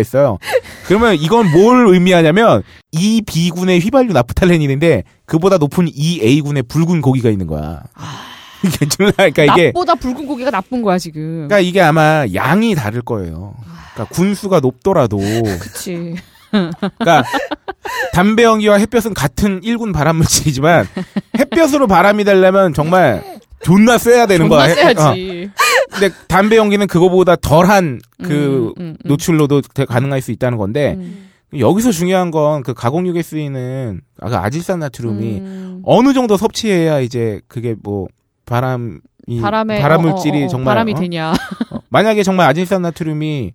Speaker 2: 있어요. 그러면 이건 뭘 의미하냐면 이 비군의 휘발유 나프탈렌이 있는데 그보다 높은 이 A군의 붉은 고기가 있는 거야.
Speaker 1: 아.
Speaker 2: 이게 졸라 그러니까 이게
Speaker 1: 낮보다 붉은 고기가 나쁜 거야 지금.
Speaker 2: 그러니까 이게 아마 양이 다를 거예요. 그러니까 군수가 높더라도
Speaker 1: 그치.
Speaker 2: 그러니까 담배 연기와 햇볕은 같은 일군 발암 물질이지만 햇볕으로 바람이 되려면 정말 존나 쐬야 되는
Speaker 1: 존나
Speaker 2: 거야. 어.
Speaker 1: 세야지.
Speaker 2: 근데 담배 연기는 그거보다 덜한 그
Speaker 1: 음, 음, 음.
Speaker 2: 노출로도 되- 가능할 수 있다는 건데
Speaker 1: 음.
Speaker 2: 여기서 중요한 건 그 가공육에 쓰이는 아까 아질산 나트륨이
Speaker 1: 음.
Speaker 2: 어느 정도 섭취해야 이제 그게 뭐 바람이
Speaker 1: 바람에
Speaker 2: 바람
Speaker 1: 어, 어,
Speaker 2: 물질이
Speaker 1: 어, 어,
Speaker 2: 정말
Speaker 1: 바람이
Speaker 2: 어?
Speaker 1: 되냐.
Speaker 2: 어, 만약에 정말 아질산 나트륨이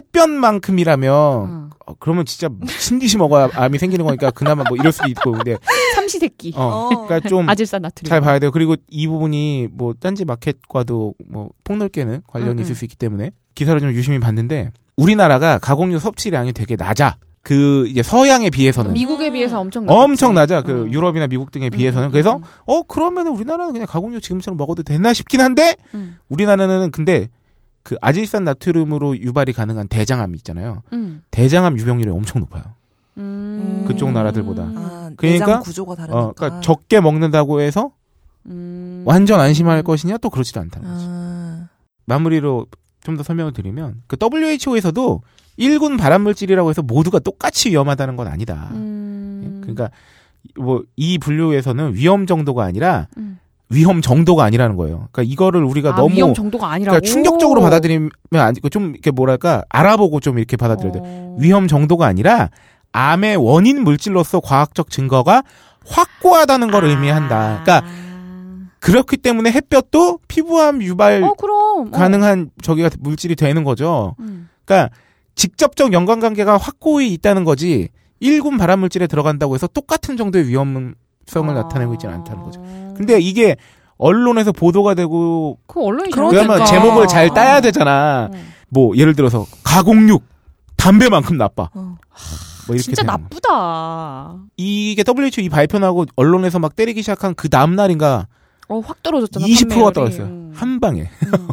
Speaker 2: 햇볕만큼이라면
Speaker 1: 어.
Speaker 2: 어, 그러면 진짜 미친 듯이 먹어야 암이 생기는 거니까 그나마 뭐 이럴 수도 있고 근데
Speaker 1: 삼시세끼.
Speaker 2: 어,
Speaker 3: 어.
Speaker 2: 그러니까 좀 잘
Speaker 1: 아질산 나트륨.
Speaker 2: 봐야 돼요. 그리고 이 부분이 뭐 딴지 마켓과도 뭐 폭넓게는 관련이
Speaker 1: 음,
Speaker 2: 있을
Speaker 1: 음.
Speaker 2: 수 있기 때문에 기사를 좀 유심히 봤는데 우리나라가 가공유 섭취량이 되게 낮아. 그 이제 서양에 비해서는
Speaker 1: 미국에 비해서 엄청
Speaker 2: 엄청
Speaker 1: 낮았지.
Speaker 2: 낮아. 그
Speaker 1: 어.
Speaker 2: 유럽이나 미국 등에
Speaker 1: 음,
Speaker 2: 비해서는.
Speaker 1: 음,
Speaker 2: 그래서
Speaker 1: 음,
Speaker 2: 어 그러면 우리나라는 그냥 가공육 지금처럼 먹어도 되나 싶긴 한데
Speaker 1: 음,
Speaker 2: 우리나라는 근데 그 아질산 나트륨으로 유발이 가능한 대장암이 있잖아요.
Speaker 1: 음,
Speaker 2: 대장암 유병률이 엄청 높아요.
Speaker 1: 음.
Speaker 2: 그쪽 나라들보다.
Speaker 3: 아,
Speaker 2: 그러니까-
Speaker 3: 내장 구조가 다르니까.
Speaker 2: 어, 그러니까 적게 먹는다고 해서
Speaker 1: 음.
Speaker 2: 완전 안심할
Speaker 1: 음.
Speaker 2: 것이냐 또 그렇지도 않다는 거지.
Speaker 3: 아,
Speaker 2: 마무리로 좀 더 설명을 드리면 그 WHO에서도 일군 발암물질이라고 해서 모두가 똑같이 위험하다는 건 아니다.
Speaker 1: 음.
Speaker 2: 그러니까 뭐 이 분류에서는 위험 정도가 아니라
Speaker 1: 음.
Speaker 2: 위험 정도가 아니라는 거예요. 그러니까 이거를 우리가
Speaker 1: 아,
Speaker 2: 너무
Speaker 1: 위험 정도가 아니라고. 어.
Speaker 2: 그러니까 충격적으로 받아들이면 안, 되고 좀 이렇게 뭐랄까 알아보고 좀 이렇게 받아들여야 돼. 요
Speaker 1: 어.
Speaker 2: 위험 정도가 아니라 암의 원인 물질로서 과학적 증거가 확고하다는 걸
Speaker 1: 아.
Speaker 2: 의미한다. 그러니까
Speaker 6: 아,
Speaker 2: 그렇기 때문에 햇볕도 피부암 유발
Speaker 1: 어 그럼 어.
Speaker 2: 가능한 저기가 물질이 되는 거죠.
Speaker 1: 음.
Speaker 2: 그러니까 직접적 연관 관계가 확고히 있다는 거지. 일군 발암 물질에 들어간다고 해서 똑같은 정도의 위험성을
Speaker 1: 아.
Speaker 2: 나타내고 있지는 않다는 거죠. 근데 이게 언론에서 보도가 되고
Speaker 1: 그 언론이 음.
Speaker 3: 그러니까.
Speaker 2: 그러면 제목을 잘 따야 되잖아. 뭐 예를 들어서 가공육 담배만큼 나빠.
Speaker 3: 어.
Speaker 2: 뭐 이렇게
Speaker 1: 진짜
Speaker 2: 되는 거.
Speaker 1: 나쁘다.
Speaker 2: 이게 WHO 이 발표나고 언론에서 막 때리기 시작한 그 다음 날인가
Speaker 1: 어확 떨어졌잖아.
Speaker 2: 20%가
Speaker 1: 판매율이.
Speaker 2: 떨어졌어요.
Speaker 1: 음.
Speaker 2: 한 방에.
Speaker 1: 음.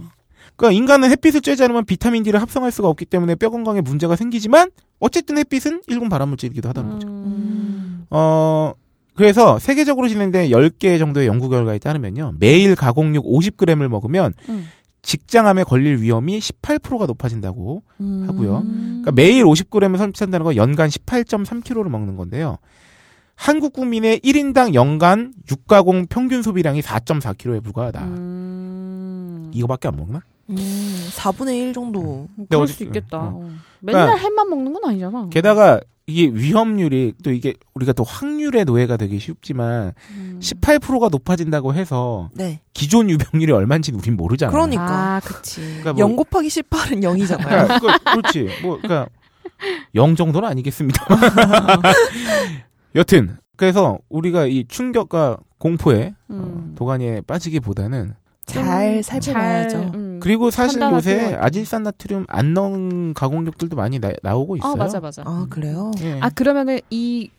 Speaker 2: 그러니까 인간은 햇빛을 쬐지 않으면 비타민 D를 합성할 수가 없기 때문에 뼈 건강에 문제가 생기지만 어쨌든 햇빛은 일군 발암물질이기도 하다는 거죠.
Speaker 1: 음.
Speaker 2: 어 그래서 세계적으로 진행된 10개 정도의 연구 결과에 따르면요. 매일 가공육 50g을 먹으면
Speaker 1: 음.
Speaker 2: 직장암에 걸릴 위험이 18%가 높아진다고
Speaker 1: 음.
Speaker 2: 하고요. 그러니까 매일 50g을 섭취한다는 건 연간 18.3kg를 먹는 건데요. 한국 국민의 1인당 연간 육가공 평균 소비량이 4.4kg에 불과하다.
Speaker 1: 음.
Speaker 2: 이거밖에 안 먹나?
Speaker 3: 음, 4분의 1 정도.
Speaker 1: 그럴
Speaker 2: 어쨌든,
Speaker 1: 수 있겠다.
Speaker 2: 어.
Speaker 1: 어. 맨날
Speaker 2: 그러니까-
Speaker 1: 햇만 먹는 건 아니잖아.
Speaker 2: 게다가 이게 위험률이 또 이게 우리가 또 확률의 노예가 되기 쉽지만
Speaker 1: 음.
Speaker 2: 18%가 높아진다고 해서
Speaker 3: 네.
Speaker 2: 기존 유병률이 얼마인지 우린 모르잖아.
Speaker 3: 그러니까.
Speaker 1: 아, 그치.
Speaker 2: 그러니까 뭐-
Speaker 3: 영 곱하기 18은 0이잖아요.
Speaker 2: 그러니까 그걸- 그렇지. 뭐, 그러니까 영 정도는 아니겠습니다. 여튼 그래서 우리가 이 충격과 공포에 어,
Speaker 1: 음.
Speaker 2: 도가니에 빠지기보다는
Speaker 3: 잘
Speaker 1: 잘,
Speaker 3: 살펴봐야죠.
Speaker 1: 음.
Speaker 2: 그리고 사실
Speaker 1: 판단할 필요가
Speaker 2: 요새
Speaker 1: 있죠.
Speaker 2: 아질산 나트륨 안 넣은 가공육들도 많이 나, 오고 있어요.
Speaker 1: 어, 맞아, 맞아.
Speaker 3: 아, 그래요?
Speaker 2: 예.
Speaker 1: 아, 그러면은 이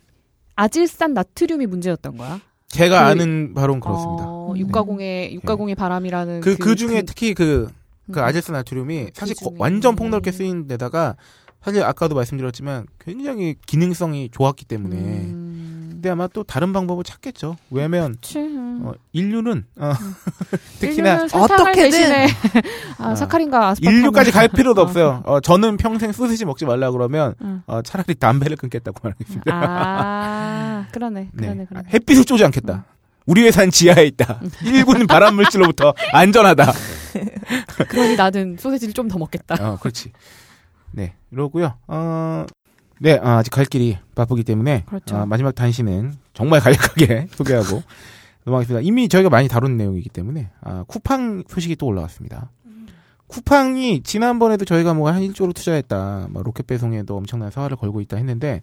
Speaker 1: 아질산 나트륨이 문제였던 거야?
Speaker 2: 제가
Speaker 1: 그-
Speaker 2: 아는 바로는 그렇습니다. 네.
Speaker 1: 어,
Speaker 3: 음.
Speaker 1: 육가공의 육가공의 바람이라는
Speaker 2: 그 그 중에
Speaker 1: 그-
Speaker 2: 특히 그, 그
Speaker 1: 음.
Speaker 2: 아질산 나트륨이 사실
Speaker 1: 그
Speaker 2: 거-
Speaker 1: 중에.
Speaker 2: 완전 폭넓게 쓰인 데다가 사실 아까도 말씀드렸지만 굉장히 기능성이 좋았기 때문에
Speaker 1: 음.
Speaker 2: 근데 아마 또 다른 방법을 찾겠죠. 왜냐면
Speaker 1: 그치. 음.
Speaker 2: 어, 인류는 어, 특히나
Speaker 1: 인류는 설탕을
Speaker 3: 어떻게든.
Speaker 1: 대신에 아,
Speaker 2: 어.
Speaker 1: 사카린과 아스파탐
Speaker 2: 인류까지 갈 필요도
Speaker 1: 어.
Speaker 2: 없어요. 어, 저는 평생 소시지 먹지 말라 그러면
Speaker 1: 응.
Speaker 2: 어, 차라리 담배를 끊겠다고 말하겠습니다.
Speaker 1: 아 그러네 그러네
Speaker 2: 네.
Speaker 1: 그러네
Speaker 2: 햇빛을 쏘지 않겠다. 우리 회사는 지하에 있다. 일군 발암 물질로부터 안전하다.
Speaker 1: 그러니 나는 소세지를 좀 더 먹겠다
Speaker 2: 어, 그렇지. 네, 이러고요. 어, 네, 아, 직갈 길이 바쁘기 때문에
Speaker 1: 그렇죠.
Speaker 2: 아, 마지막 단신은 정말 간략하게 소개하고 넘어가겠습니다. 이미 저희가 많이 다룬 내용이기 때문에 아, 쿠팡 소식이 또 올라왔습니다. 쿠팡이 지난번에도 저희가 뭐 한 1조로 투자했다, 뭐 로켓 배송에도 엄청난 사활을 걸고 있다 했는데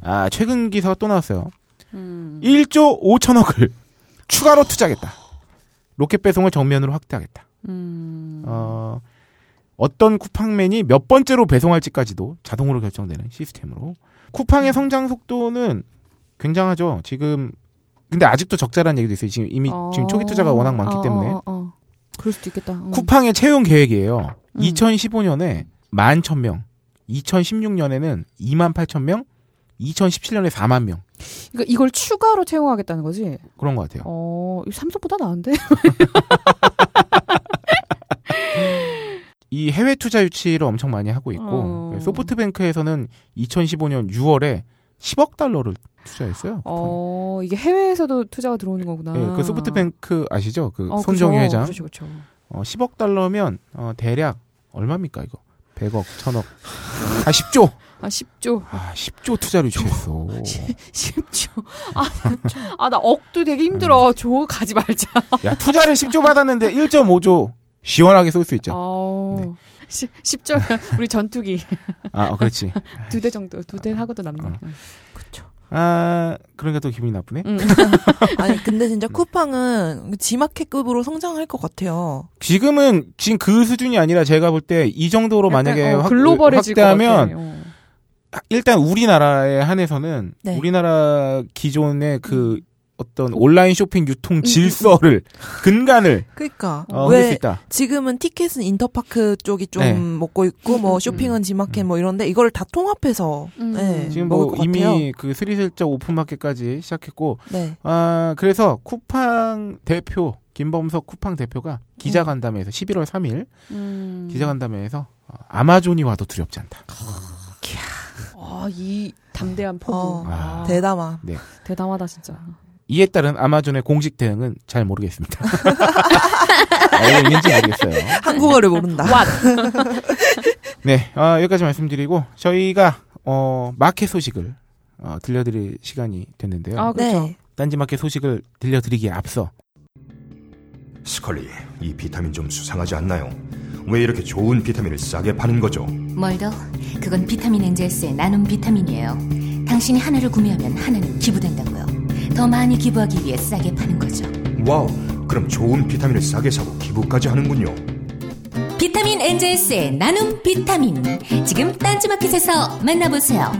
Speaker 2: 아, 최근 기사가 또 나왔어요.
Speaker 1: 음.
Speaker 2: 1조 5천억을 추가로 투자하겠다. 로켓 배송을 정면으로 확대하겠다.
Speaker 1: 음.
Speaker 2: 어, 어떤 쿠팡맨이 몇 번째로 배송할지까지도 자동으로 결정되는 시스템으로
Speaker 1: 음.
Speaker 2: 쿠팡의 성장 속도는 굉장하죠. 지금 근데 아직도 적자라는 얘기도 있어요. 지금 이미
Speaker 1: 어.
Speaker 2: 지금 초기 투자가 워낙 많기
Speaker 1: 어,
Speaker 2: 때문에
Speaker 1: 어, 어, 어. 그럴 수도 있겠다 음.
Speaker 2: 쿠팡의 채용 계획이에요.
Speaker 1: 음.
Speaker 2: 2015년에 11,000명, 2016년에는 28,000명, 2017년에 4만 명
Speaker 1: 이거- 이걸 추가로 채용하겠다는 거지
Speaker 2: 그런 것 같아요.
Speaker 1: 어 이거 삼성보다
Speaker 2: 네.
Speaker 1: 나은데
Speaker 2: 이 해외 투자 유치를 엄청 많이 하고 있고
Speaker 1: 어.
Speaker 2: 소프트뱅크에서는 2015년 6월에 10억 달러를 투자했어요.
Speaker 1: 어 이게 해외에서도 투자가 들어오는 거구나
Speaker 2: 예, 그 소프트뱅크 아시죠? 그
Speaker 1: 어, 그죠.
Speaker 2: 손정희 회장.
Speaker 1: 그렇죠 그렇죠
Speaker 2: 어, 10억 달러면 어, 대략 얼마입니까 이거? 100억, 1000억. 아 10조.
Speaker 1: 아 10조
Speaker 2: 아 10조 투자를 유치했어.
Speaker 1: 10조 아나 억도 되게
Speaker 2: 음.
Speaker 1: 힘들어 조 가지 말자
Speaker 2: 야 투자를 10조 받았는데 1.5조 시원하게 쏠 수 있죠. 네.
Speaker 1: 어. 시, 10절 우리 전투기
Speaker 2: 아 어, 그렇지.
Speaker 1: 두 대 정도 두 대 하고도 남는.
Speaker 2: 어.
Speaker 1: 응.
Speaker 2: 아 그러니까 또 기분이 나쁘네.
Speaker 1: 응.
Speaker 3: 아니, 근데 진짜 쿠팡은 지마켓급으로 성장할 것 같아요.
Speaker 2: 지금은 지금 그 수준이 아니라 제가 볼 때 이 정도로 만약에
Speaker 1: 약간, 어,
Speaker 2: 확,
Speaker 1: 글로벌해질 것
Speaker 3: 음.
Speaker 2: 확대하면
Speaker 1: 같아. 어.
Speaker 2: 일단 우리나라에 한해서는
Speaker 3: 네. 음.
Speaker 2: 우리나라 기존의 그 어떤 온라인 쇼핑 유통 질서를 근간을
Speaker 3: 그러니까
Speaker 2: 어, 흔들 수
Speaker 3: 음, 왜
Speaker 2: 있다.
Speaker 3: 지금은 티켓은 인터파크 쪽이 좀
Speaker 2: 네.
Speaker 3: 먹고 있고
Speaker 1: 음,
Speaker 3: 뭐
Speaker 1: 음.
Speaker 3: 쇼핑은 지마켓 뭐 이런데 이걸 다 통합해서
Speaker 1: 음.
Speaker 3: 네,
Speaker 2: 지금
Speaker 3: 먹을
Speaker 2: 뭐
Speaker 3: 것
Speaker 2: 이미
Speaker 3: 같아요.
Speaker 2: 그 스리슬쩍 오픈마켓까지 시작했고
Speaker 3: 네.
Speaker 2: 아 그래서 쿠팡 대표 김범석 쿠팡 대표가
Speaker 3: 음.
Speaker 2: 기자간담회에서 11월 3일
Speaker 1: 음.
Speaker 2: 기자간담회에서 어, 아마존이 와도 두렵지 않다.
Speaker 1: 아, 이 담대한 포부.
Speaker 3: 어,
Speaker 1: 아, 대...
Speaker 3: 대담아.
Speaker 1: 담하다 진짜.
Speaker 2: 이에 따른 아마존의 공식 대응은 잘 모르겠습니다. 알겠는지 모르겠어요.
Speaker 3: 한국어를 모른다.
Speaker 1: 왓!
Speaker 2: 네, 아, 여기까지 말씀드리고 저희가 어, 마켓 소식을 어, 들려드릴 시간이 됐는데요.
Speaker 1: 아, 그렇죠.
Speaker 3: 네.
Speaker 2: 딴지 마켓 소식을 들려드리기에 앞서
Speaker 5: 스컬리, 이 비타민 좀 수상하지 않나요? 왜 이렇게 좋은 비타민을 싸게 파는 거죠?
Speaker 6: 멀더, 그건 비타민 엔젤스의 나눔 비타민이에요. 당신이 하나를 구매하면 하나는 기부된다고요. 더 많이 기부하기 위해 싸게 파는 거죠.
Speaker 5: 와우, 그럼 좋은 비타민을 싸게 사고 기부까지 하는군요.
Speaker 6: 비타민 엔젤스의 나눔 비타민. 지금 딴지마켓에서 만나보세요.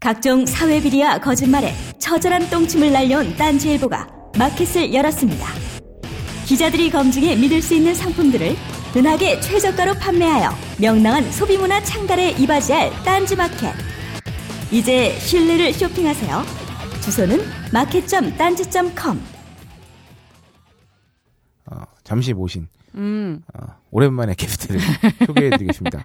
Speaker 7: 각종 사회 비리와 거짓말에 처절한 똥침을 날려온 딴지일보가 마켓을 열었습니다. 기자들이 검증해 믿을 수 있는 상품들을 은하계 최저가로 판매하여 명랑한 소비문화 창달에 이바지할 딴지마켓. 이제 신뢰를 쇼핑하세요. 주소는 마켓.딴지.com 점
Speaker 2: 어, 잠시 모신
Speaker 1: 음.
Speaker 2: 어, 오랜만에 게스트를 소개해드리겠습니다.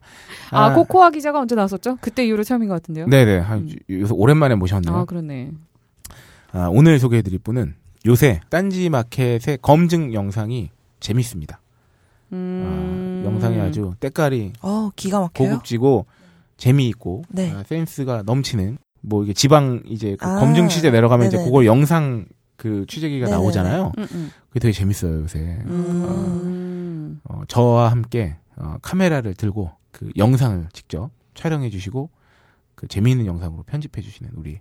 Speaker 1: 아, 코코아 기자가 언제 나왔었죠? 그때 이후로 처음인 것 같은데요.
Speaker 2: 네네, 아,
Speaker 1: 음.
Speaker 2: 요새 오랜만에 모셨네요.
Speaker 1: 아, 그렇네.
Speaker 2: 아, 오늘 소개해드릴 분은 요새 딴지 마켓의 검증 영상이 재밌습니다. 아,
Speaker 1: 음.
Speaker 2: 영상이 아주 때깔이
Speaker 3: 어, 기가 막혀요.
Speaker 2: 고급지고 재미있고
Speaker 3: 네.
Speaker 2: 아, 센스가 넘치는 뭐 이게 지방 이제 그
Speaker 3: 아,
Speaker 2: 검증 취재 내려가면 이제
Speaker 3: 네네.
Speaker 2: 그걸 영상 그 취재기가
Speaker 3: 네네네.
Speaker 2: 나오잖아요.
Speaker 1: 음, 음.
Speaker 2: 그게 되게 재밌어요 요새.
Speaker 3: 음.
Speaker 1: 음.
Speaker 2: 어, 저와 함께 어, 카메라를 들고 그 영상을 직접 촬영해 주시고 그 재미있는 영상으로 편집해 주시는 우리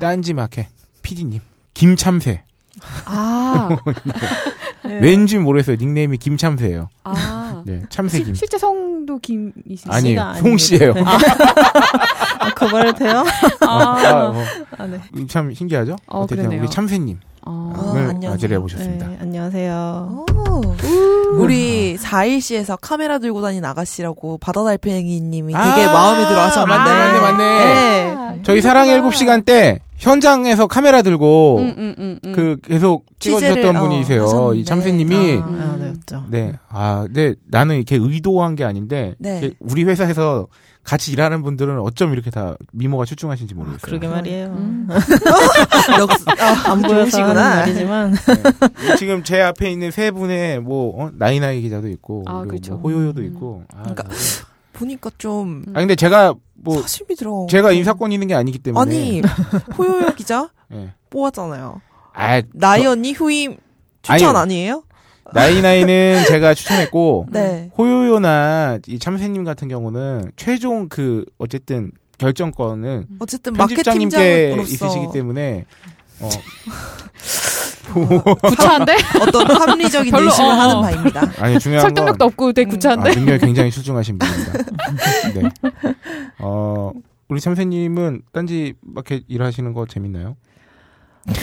Speaker 2: 딴지마켓 PD님 김참새.
Speaker 1: 아,
Speaker 2: 왠지 모르겠어요 닉네임이 김참새예요.
Speaker 1: 아.
Speaker 2: 네,
Speaker 1: 시-
Speaker 2: 참새 김.
Speaker 1: 실제 성도 김이시죠?
Speaker 2: 아니에요,
Speaker 8: 씨가
Speaker 2: 송 씨예요.
Speaker 8: 아, 그 말을 돼요?
Speaker 2: 아,
Speaker 1: 아,
Speaker 2: 어,
Speaker 8: 아, 네.
Speaker 2: 참 신기하죠.
Speaker 1: 어,
Speaker 2: 어쨌든
Speaker 1: 그러네요.
Speaker 2: 우리 참새님
Speaker 1: 아.
Speaker 3: 아,
Speaker 2: 오늘
Speaker 3: 안녕하세요.
Speaker 2: 맞이를 네, 해보셨습니다.
Speaker 8: 네, 안녕하세요.
Speaker 3: 오. 우리 4일시에서 카메라 들고 다닌 아가씨라고 바다달팽이님이 되게
Speaker 2: 아,
Speaker 3: 마음에 들어하셔.
Speaker 2: 맞네, 맞네, 맞네.
Speaker 3: 네.
Speaker 2: 저희 사랑의 7시간 때 현장에서 카메라 들고
Speaker 1: 음, 음, 음, 음.
Speaker 2: 그 계속
Speaker 3: 취재를,
Speaker 2: 찍어주셨던
Speaker 3: 어,
Speaker 2: 분이세요. 이
Speaker 3: 하셨는데.
Speaker 2: 참새님이
Speaker 3: 음.
Speaker 8: 아, 아, 네, 맞죠.
Speaker 2: 네, 아, 근데 나는 이렇게 의도한 게 아닌데
Speaker 3: 네.
Speaker 2: 이렇게 우리 회사에서 같이 일하는 분들은 어쩜 이렇게 다 미모가
Speaker 3: 아,
Speaker 2: 출중하신지 모르겠어요.
Speaker 8: 그러게 말이에요.
Speaker 1: 음.
Speaker 8: 어, 안 보여서 하는
Speaker 3: 아, 좋으시구나.
Speaker 8: 말이지만
Speaker 2: 네. 지금 제 앞에 있는 세 분의 뭐 어, 나이나이 기자도 있고
Speaker 1: 아,
Speaker 2: 그리고
Speaker 1: 그렇죠.
Speaker 2: 뭐 호요요도 있고. 아,
Speaker 3: 그러니까-
Speaker 2: 네.
Speaker 3: 보니까 좀
Speaker 2: 아, 근데 제가 뭐
Speaker 3: 사심이 들어.
Speaker 2: 제가 인사권 있는 게 아니기 때문에
Speaker 3: 아니 호요요 기자
Speaker 2: 예.
Speaker 3: 뽑았잖아요.
Speaker 2: 아,
Speaker 3: 나이 언니 후임 추천
Speaker 2: 아니요.
Speaker 3: 아니에요?
Speaker 2: 나이나이는 제가 추천했고
Speaker 3: 네.
Speaker 2: 호요요나 이 참새님 같은 경우는 최종 그 어쨌든 결정권은
Speaker 3: 어쨌든
Speaker 2: 편집장님께
Speaker 3: 음. 마케팅장으로서
Speaker 2: 있으시기 때문에 어,
Speaker 1: 구차한데?
Speaker 3: 어떤 합리적인
Speaker 1: 별로,
Speaker 3: 의심을
Speaker 1: 어.
Speaker 3: 하는 바입니다.
Speaker 2: 아니 중요한 건
Speaker 1: 설득력도 없고 되게
Speaker 3: 음.
Speaker 1: 구차한데?
Speaker 2: 아, 능력이 굉장히 출중하신 분입니다. 네. 어, 우리 참새님은 딴지 마켓 일하시는 거 재밌나요?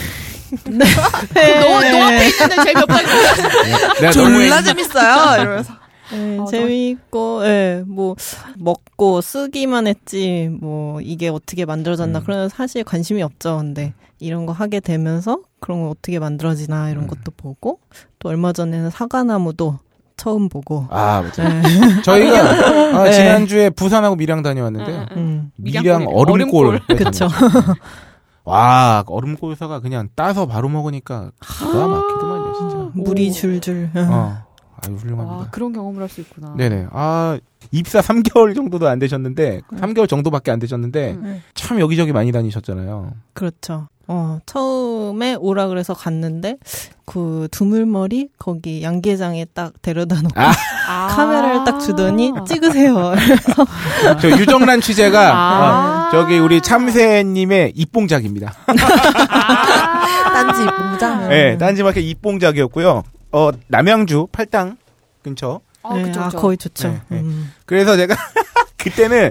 Speaker 1: 네, 있는데 재미없다.
Speaker 2: 내가 아, 너무
Speaker 3: 졸라 재밌어요. 이러면서
Speaker 8: 네,
Speaker 1: 어,
Speaker 8: 재미있고, 예, 뭐 먹고 쓰기만 했지, 뭐 이게 어떻게 만들어졌나
Speaker 2: 음.
Speaker 8: 그런 사실 관심이 없죠. 근데 이런 거 하게 되면서 그런 거 어떻게 만들어지나 이런 것도 보고 또 얼마 전에는 사과나무도 처음 보고.
Speaker 2: 아, 맞아.
Speaker 8: 네.
Speaker 2: 저희가 아,
Speaker 8: 네.
Speaker 2: 지난주에 부산하고 밀양 다녀왔는데
Speaker 8: 음.
Speaker 2: 밀양
Speaker 1: 밀양 얼음골.
Speaker 2: 얼음골.
Speaker 8: 그쵸.
Speaker 2: 네. 와, 얼음골사가 그냥 따서 바로 먹으니까
Speaker 1: 아.
Speaker 2: 기가 막히더만요, 진짜.
Speaker 8: 음, 물이 줄줄.
Speaker 2: 어. 아유,
Speaker 1: 아,
Speaker 2: 훌륭합니다.
Speaker 1: 네. 그런 경험을 할 수 있구나.
Speaker 2: 네네. 아, 입사 3개월 정도도 안 되셨는데,
Speaker 1: 네.
Speaker 2: 3개월 정도밖에 안 되셨는데,
Speaker 1: 음.
Speaker 2: 참 여기저기 많이 다니셨잖아요.
Speaker 8: 그렇죠. 어, 처음에 오라 그래서 갔는데 그 두물머리 거기 양계장에 딱 데려다 놓고
Speaker 1: 아.
Speaker 8: 카메라를 딱 주더니 찍으세요.
Speaker 2: 저 유정란 취재가, 어,
Speaker 1: 아.
Speaker 2: 저기 우리 참새님의 입봉작입니다.
Speaker 1: 아.
Speaker 3: 딴지 공장.
Speaker 2: 네, 딴지마켓 입봉작이었고요. 어 남양주 팔당 근처
Speaker 1: 아,
Speaker 8: 네,
Speaker 1: 그쵸,
Speaker 8: 아,
Speaker 1: 그쵸.
Speaker 8: 거의 좋죠.
Speaker 2: 네, 네.
Speaker 8: 음.
Speaker 2: 그래서 제가 그때는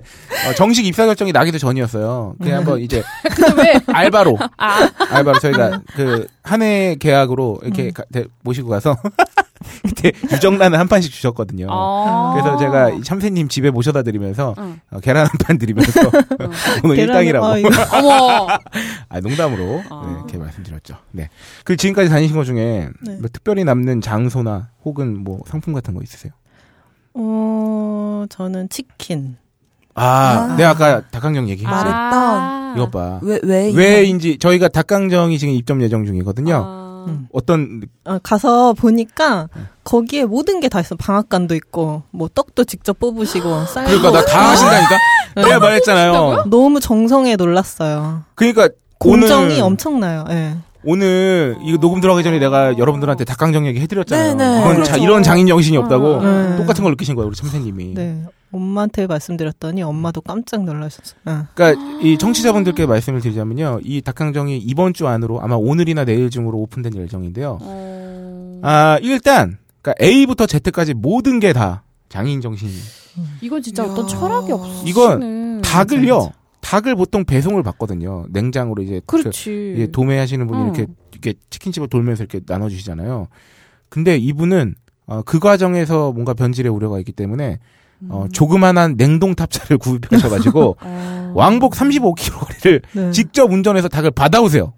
Speaker 2: 어, 정식 입사 결정이 나기도 전이었어요. 그냥 한번 이제
Speaker 1: 근데 왜?
Speaker 2: 알바로
Speaker 1: 아,
Speaker 2: 알바로 저희가 그 한 해 계약으로 이렇게 가- 데- 모시고 가서 그때 유정란을 한 판씩 주셨거든요.
Speaker 1: 아.
Speaker 2: 어. 그래서 제가 이 참새님 집에 모셔다 드리면서
Speaker 1: 응.
Speaker 2: 어, 계란 한 판 드리면서 오늘
Speaker 8: 계란은-
Speaker 2: 일당이라고
Speaker 8: 아, 이거-
Speaker 1: 어머.
Speaker 2: 아, 농담으로
Speaker 1: 아.
Speaker 2: 네, 이렇게 말씀드렸죠. 네. 그리고 지금까지 다니신 것 중에
Speaker 8: 네.
Speaker 2: 뭐 특별히 남는 장소나 혹은 뭐 상품 같은 거 있으세요?
Speaker 8: 어, 저는 치킨.
Speaker 2: 아,
Speaker 3: 아.
Speaker 2: 내가 아까 닭강정 얘기했죠.
Speaker 3: 말했던
Speaker 1: 아.
Speaker 2: 이것 봐.
Speaker 3: 왜, 왜? 이런-
Speaker 2: 왜인지 저희가 닭강정이 지금 입점 예정 중이거든요.
Speaker 1: 아.
Speaker 8: 음.
Speaker 2: 어떤
Speaker 8: 어, 가서 보니까
Speaker 2: 네.
Speaker 8: 거기에 모든 게 다 있어. 방앗간도 있고, 뭐 떡도 직접 뽑으시고, 쌀도.
Speaker 2: 그러니까 나 다 하신다니까.
Speaker 8: 네.
Speaker 2: 내가 말했잖아요.
Speaker 8: 너무 정성에 놀랐어요.
Speaker 2: 그러니까
Speaker 8: 공정이
Speaker 2: 오늘-
Speaker 8: 엄청나요. 예.
Speaker 2: 오늘 이거 녹음 들어가기 전에 내가 여러분들한테 닭강정 얘기 해드렸잖아요.
Speaker 3: 네, 네.
Speaker 2: 이건 자,
Speaker 3: 그렇죠.
Speaker 2: 이런 장인 정신이 없다고
Speaker 8: 네.
Speaker 2: 아, 똑같은 걸 느끼신 거예요, 우리 참새님이.
Speaker 8: 네. 엄마한테 말씀드렸더니 엄마도 깜짝 놀라셨어요. 예.
Speaker 2: 그러니까 이 청취자분들께 말씀을 드리자면요, 이 닭강정이 이번 주 안으로 아마 오늘이나 내일 중으로 오픈된 예정인데요.
Speaker 1: 어.
Speaker 2: 아 일단 그러니까 A부터 Z까지 모든 게 다 장인 정신이.
Speaker 1: 이건 진짜
Speaker 3: 이야.
Speaker 1: 어떤 철학이 없어. 음,
Speaker 2: 이건 닭을요,
Speaker 8: 맞아.
Speaker 2: 닭을 보통 배송을 받거든요. 냉장으로 이제 그
Speaker 1: 그렇지.
Speaker 2: 예, 도매하시는 분이
Speaker 1: 응.
Speaker 2: 이렇게 이렇게 치킨집을 돌면서 이렇게 나눠주시잖아요. 근데 이분은 어, 그 과정에서 뭔가 변질의 우려가 있기 때문에 어, 조그만한 냉동 탑차를 구입하셔가지고
Speaker 1: 음. 어.
Speaker 2: 왕복 35km 거리를
Speaker 8: 네.
Speaker 2: 직접 운전해서 닭을 받아오세요.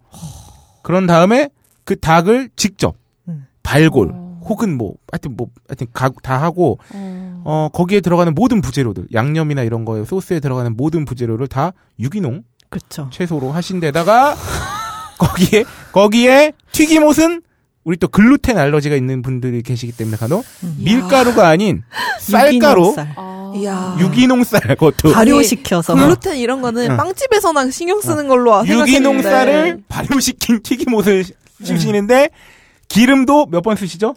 Speaker 2: 그런 다음에 그 닭을 직접
Speaker 8: 음.
Speaker 2: 발골
Speaker 1: 어.
Speaker 2: 혹은 뭐 하여튼 뭐 하여튼 가- 다 하고
Speaker 1: 어.
Speaker 2: 어, 거기에 들어가는 모든 부재료들 양념이나 이런 거에 소스에 들어가는 모든 부재료를 다 유기농
Speaker 8: 그렇죠.
Speaker 2: 채소로 하신 데다가 거기에 거기에 튀김옷은 우리 또 글루텐 알러지가 있는 분들이 계시기 때문에 간혹 밀가루가 아닌 쌀가루
Speaker 8: 유기농 쌀.
Speaker 1: 아.
Speaker 3: 이야.
Speaker 2: 유기농 쌀 그것도
Speaker 8: 발효시켜서.
Speaker 3: 글루텐 이런 거는
Speaker 2: 응.
Speaker 3: 빵집에서나 신경 쓰는 걸로
Speaker 2: 어. 유기농
Speaker 3: 아, 생각했는데.
Speaker 2: 쌀을 발효시킨 튀김옷을 씹시는데 기름도 몇 번 쓰시죠?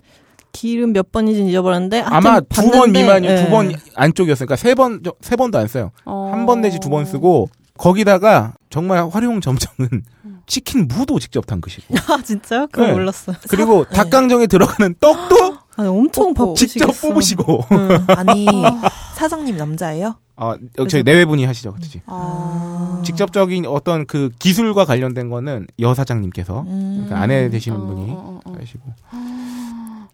Speaker 8: 기름 몇 번인지 잊어버렸는데 예.
Speaker 2: 아마 두 번 미만이
Speaker 8: 요
Speaker 2: 두 번 안쪽이었으니까 세 번 세 번도 안 써요.
Speaker 1: 어.
Speaker 2: 한 번 내지 두 번 쓰고 거기다가 정말 활용 점정은 치킨 무도 직접 담그시고
Speaker 8: 아 진짜요? 그거
Speaker 2: 네.
Speaker 8: 몰랐어. 요
Speaker 2: 그리고 닭강정에 들어가는 떡도
Speaker 8: 아 엄청
Speaker 3: 뽑고.
Speaker 8: 바쁘시겠어.
Speaker 2: 직접 뽑으시고
Speaker 3: 아니 사장님 남자예요?
Speaker 2: 아, 어, 저희 내외분이 하시죠, 그렇지.
Speaker 3: 아.
Speaker 2: 직접적인 어떤 그 기술과 관련된 거는 여 사장님께서
Speaker 3: 음.
Speaker 2: 그러니까 아내 되시는
Speaker 1: 어,
Speaker 2: 분이 아,
Speaker 1: 어, 어, 어.
Speaker 2: 하시고.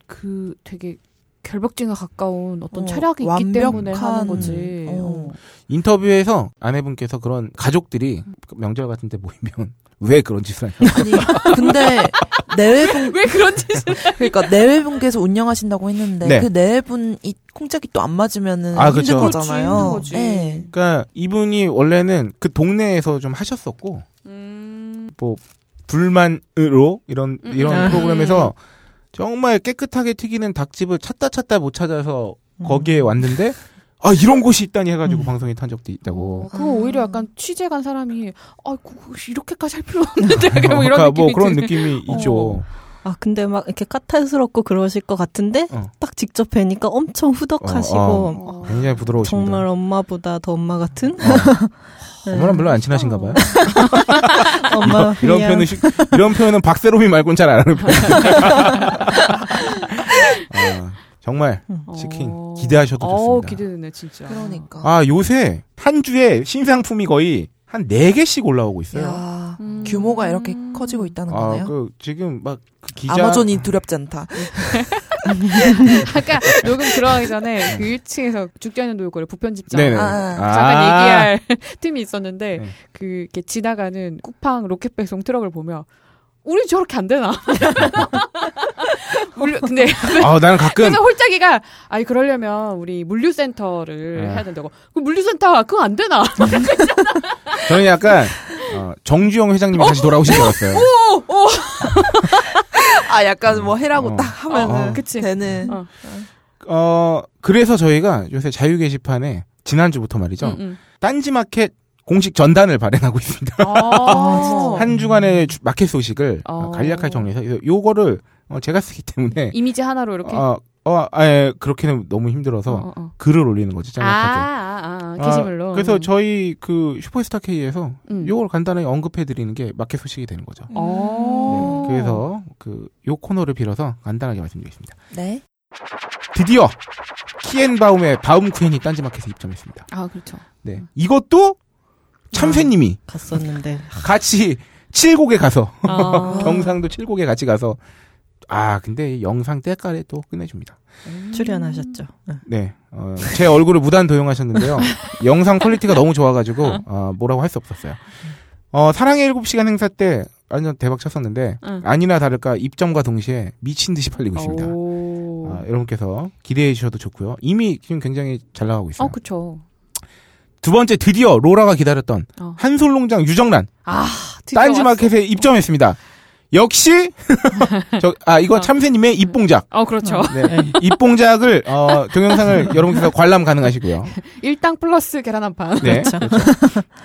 Speaker 1: 그 되게 결벽증에 가까운 어떤
Speaker 3: 어,
Speaker 1: 철학이 있기 때문에 하는
Speaker 3: 완벽한,
Speaker 1: 거지.
Speaker 3: 어.
Speaker 2: 인터뷰에서 아내분께서 그런 가족들이 명절 같은데 모이면 왜 그런 짓을 하냐.
Speaker 3: 아니 근데 내외분
Speaker 1: 왜 그런 짓을?
Speaker 3: 그러니까 내외분께서 운영하신다고 했는데
Speaker 2: 네.
Speaker 3: 그 내외분이 콩짝이 또 안 맞으면은
Speaker 2: 아,
Speaker 3: 힘든
Speaker 2: 그쵸.
Speaker 3: 거잖아요.
Speaker 1: 그렇지, 힘든 거지.
Speaker 3: 네.
Speaker 2: 그러니까 이분이 원래는 그 동네에서 좀 하셨었고
Speaker 1: 음.
Speaker 2: 불만으로 이런
Speaker 1: 음,
Speaker 2: 이런
Speaker 8: 음.
Speaker 2: 프로그램에서 정말 깨끗하게 튀기는 닭집을 찾다 찾다 못 찾아서
Speaker 3: 음.
Speaker 2: 거기에 왔는데 아 이런 곳이 있다니 해가지고
Speaker 8: 음.
Speaker 2: 방송에 탄 적도 있다고.
Speaker 1: 어, 그거 오히려 약간 취재 간 사람이 아, 그거 이렇게까지 할 필요 없는데 약간 뭐 이런
Speaker 2: 그러니까
Speaker 1: 느낌이 어.
Speaker 2: 뭐 그런
Speaker 1: 드는.
Speaker 2: 느낌이 있죠.
Speaker 8: 아 근데 막 이렇게 까탈스럽고 그러실 것 같은데
Speaker 2: 어.
Speaker 8: 딱 직접 뵈니까 엄청 후덕하시고
Speaker 2: 어,
Speaker 1: 어.
Speaker 2: 굉장히 부드러우십니다. 어.
Speaker 8: 정말 엄마보다 더 엄마 같은. 네.
Speaker 2: 엄마랑 별로 안 친하신가 봐요.
Speaker 3: 어,
Speaker 8: 엄마
Speaker 2: 이런
Speaker 8: 그냥
Speaker 2: 표현은 쉽- 이런 표현은 박세롬이 말곤 잘 안 하는 표현. 아, 정말
Speaker 3: 음.
Speaker 2: 치킨
Speaker 1: 어.
Speaker 2: 기대하셔도
Speaker 1: 어우,
Speaker 2: 좋습니다.
Speaker 1: 기대되네 진짜.
Speaker 3: 그러니까.
Speaker 2: 아 요새 한 주에 신상품이 거의 한 네 개씩 올라오고 있어요.
Speaker 3: 야,
Speaker 1: 음.
Speaker 3: 규모가 이렇게 커지고 있다는
Speaker 2: 아,
Speaker 3: 거네요.
Speaker 2: 그 지금 막그 기자 음.
Speaker 3: 아마존이 두렵지 않다.
Speaker 1: 아까 녹음 들어가기 전에 그 1층에서 죽지 않는 노역거리 부편집장
Speaker 2: 네네
Speaker 3: 아, 아.
Speaker 1: 잠깐 얘기할 틈이 있었는데
Speaker 2: 네.
Speaker 1: 그 이렇게 지나가는 쿠팡 로켓 배송 트럭을 보면 우리 저렇게 안 되나? 물류, 근데
Speaker 2: 아 나는 가끔
Speaker 1: 그래서 홀짝이가 아니 그러려면 우리 물류센터를
Speaker 2: 네.
Speaker 1: 해야 된다고. 그 물류센터 그거 안 되나?
Speaker 2: 저는 약간 어, 정주영 회장님이 다시 돌아오신 줄 알았어요.
Speaker 3: 아, 약간 뭐 해라고
Speaker 2: 어.
Speaker 3: 딱 하면은
Speaker 2: 어.
Speaker 1: 그치.
Speaker 3: 되는.
Speaker 1: 어.
Speaker 2: 어 그래서 저희가 요새 자유 게시판에 지난주부터 말이죠.
Speaker 1: 응, 응.
Speaker 2: 딴지마켓 공식 전단을 발행하고 있습니다.
Speaker 1: 아,
Speaker 2: 한 주간의 주- 마켓 소식을
Speaker 1: 어.
Speaker 2: 간략하게 정리해서 요- 요거를 어, 제가 쓰기 때문에
Speaker 1: 이미지 하나로 이렇게.
Speaker 2: 어, 어, 아예 그렇게는 너무 힘들어서
Speaker 1: 어, 어.
Speaker 2: 글을 올리는 거지
Speaker 1: 아,
Speaker 2: 짤막하게.
Speaker 1: 아, 아,
Speaker 2: 아,
Speaker 1: 게시물로.
Speaker 2: 그래서
Speaker 1: 음.
Speaker 2: 저희 그 슈퍼스타 K에서
Speaker 1: 음.
Speaker 2: 요걸 간단하게 언급해 드리는 게 마켓 소식이 되는 거죠.
Speaker 1: 어.
Speaker 2: 네,
Speaker 1: 네.
Speaker 2: 그래서 그 요 코너를 빌어서 간단하게 말씀드리겠습니다.
Speaker 3: 네.
Speaker 2: 드디어 키엔바움의 바움쿠엔이 딴지마켓에 입점했습니다.
Speaker 1: 아 그렇죠.
Speaker 2: 네. 이것도 참새님이
Speaker 3: 네.
Speaker 8: 갔었는데
Speaker 2: 음. 같이 칠곡에 가서
Speaker 1: 아.
Speaker 2: 경상도 칠곡에 같이 가서 아 근데 이 영상 때깔에 또 끝내줍니다.
Speaker 1: 음.
Speaker 8: 출연하셨죠. 응.
Speaker 2: 네, 어, 제 얼굴을 무단 도용하셨는데요. 영상 퀄리티가 너무 좋아가지고 어, 뭐라고 할 수 없었어요. 어, 사랑의 일곱 시간 행사 때 완전 대박 쳤었는데
Speaker 1: 응.
Speaker 2: 아니나 다를까 입점과 동시에 미친 듯이 팔리고 있습니다.
Speaker 1: 오.
Speaker 2: 아, 여러분께서 기대해 주셔도 좋고요. 이미 지금 굉장히 잘 나가고 있어요.
Speaker 1: 어 그렇죠.
Speaker 2: 두 번째 드디어 로라가 기다렸던
Speaker 1: 어.
Speaker 2: 한솔농장 유정란
Speaker 1: 아 드디어
Speaker 2: 딴지마켓에 입점했습니다. 역시 저 아 이거
Speaker 1: 어.
Speaker 2: 참새님의 입봉작.
Speaker 1: 왔어. 어 그렇죠.
Speaker 2: 네. 입봉작을 어, 동영상을 여러분께서 관람 가능하시고요.
Speaker 1: 일당 플러스 계란 한 판.
Speaker 2: 네.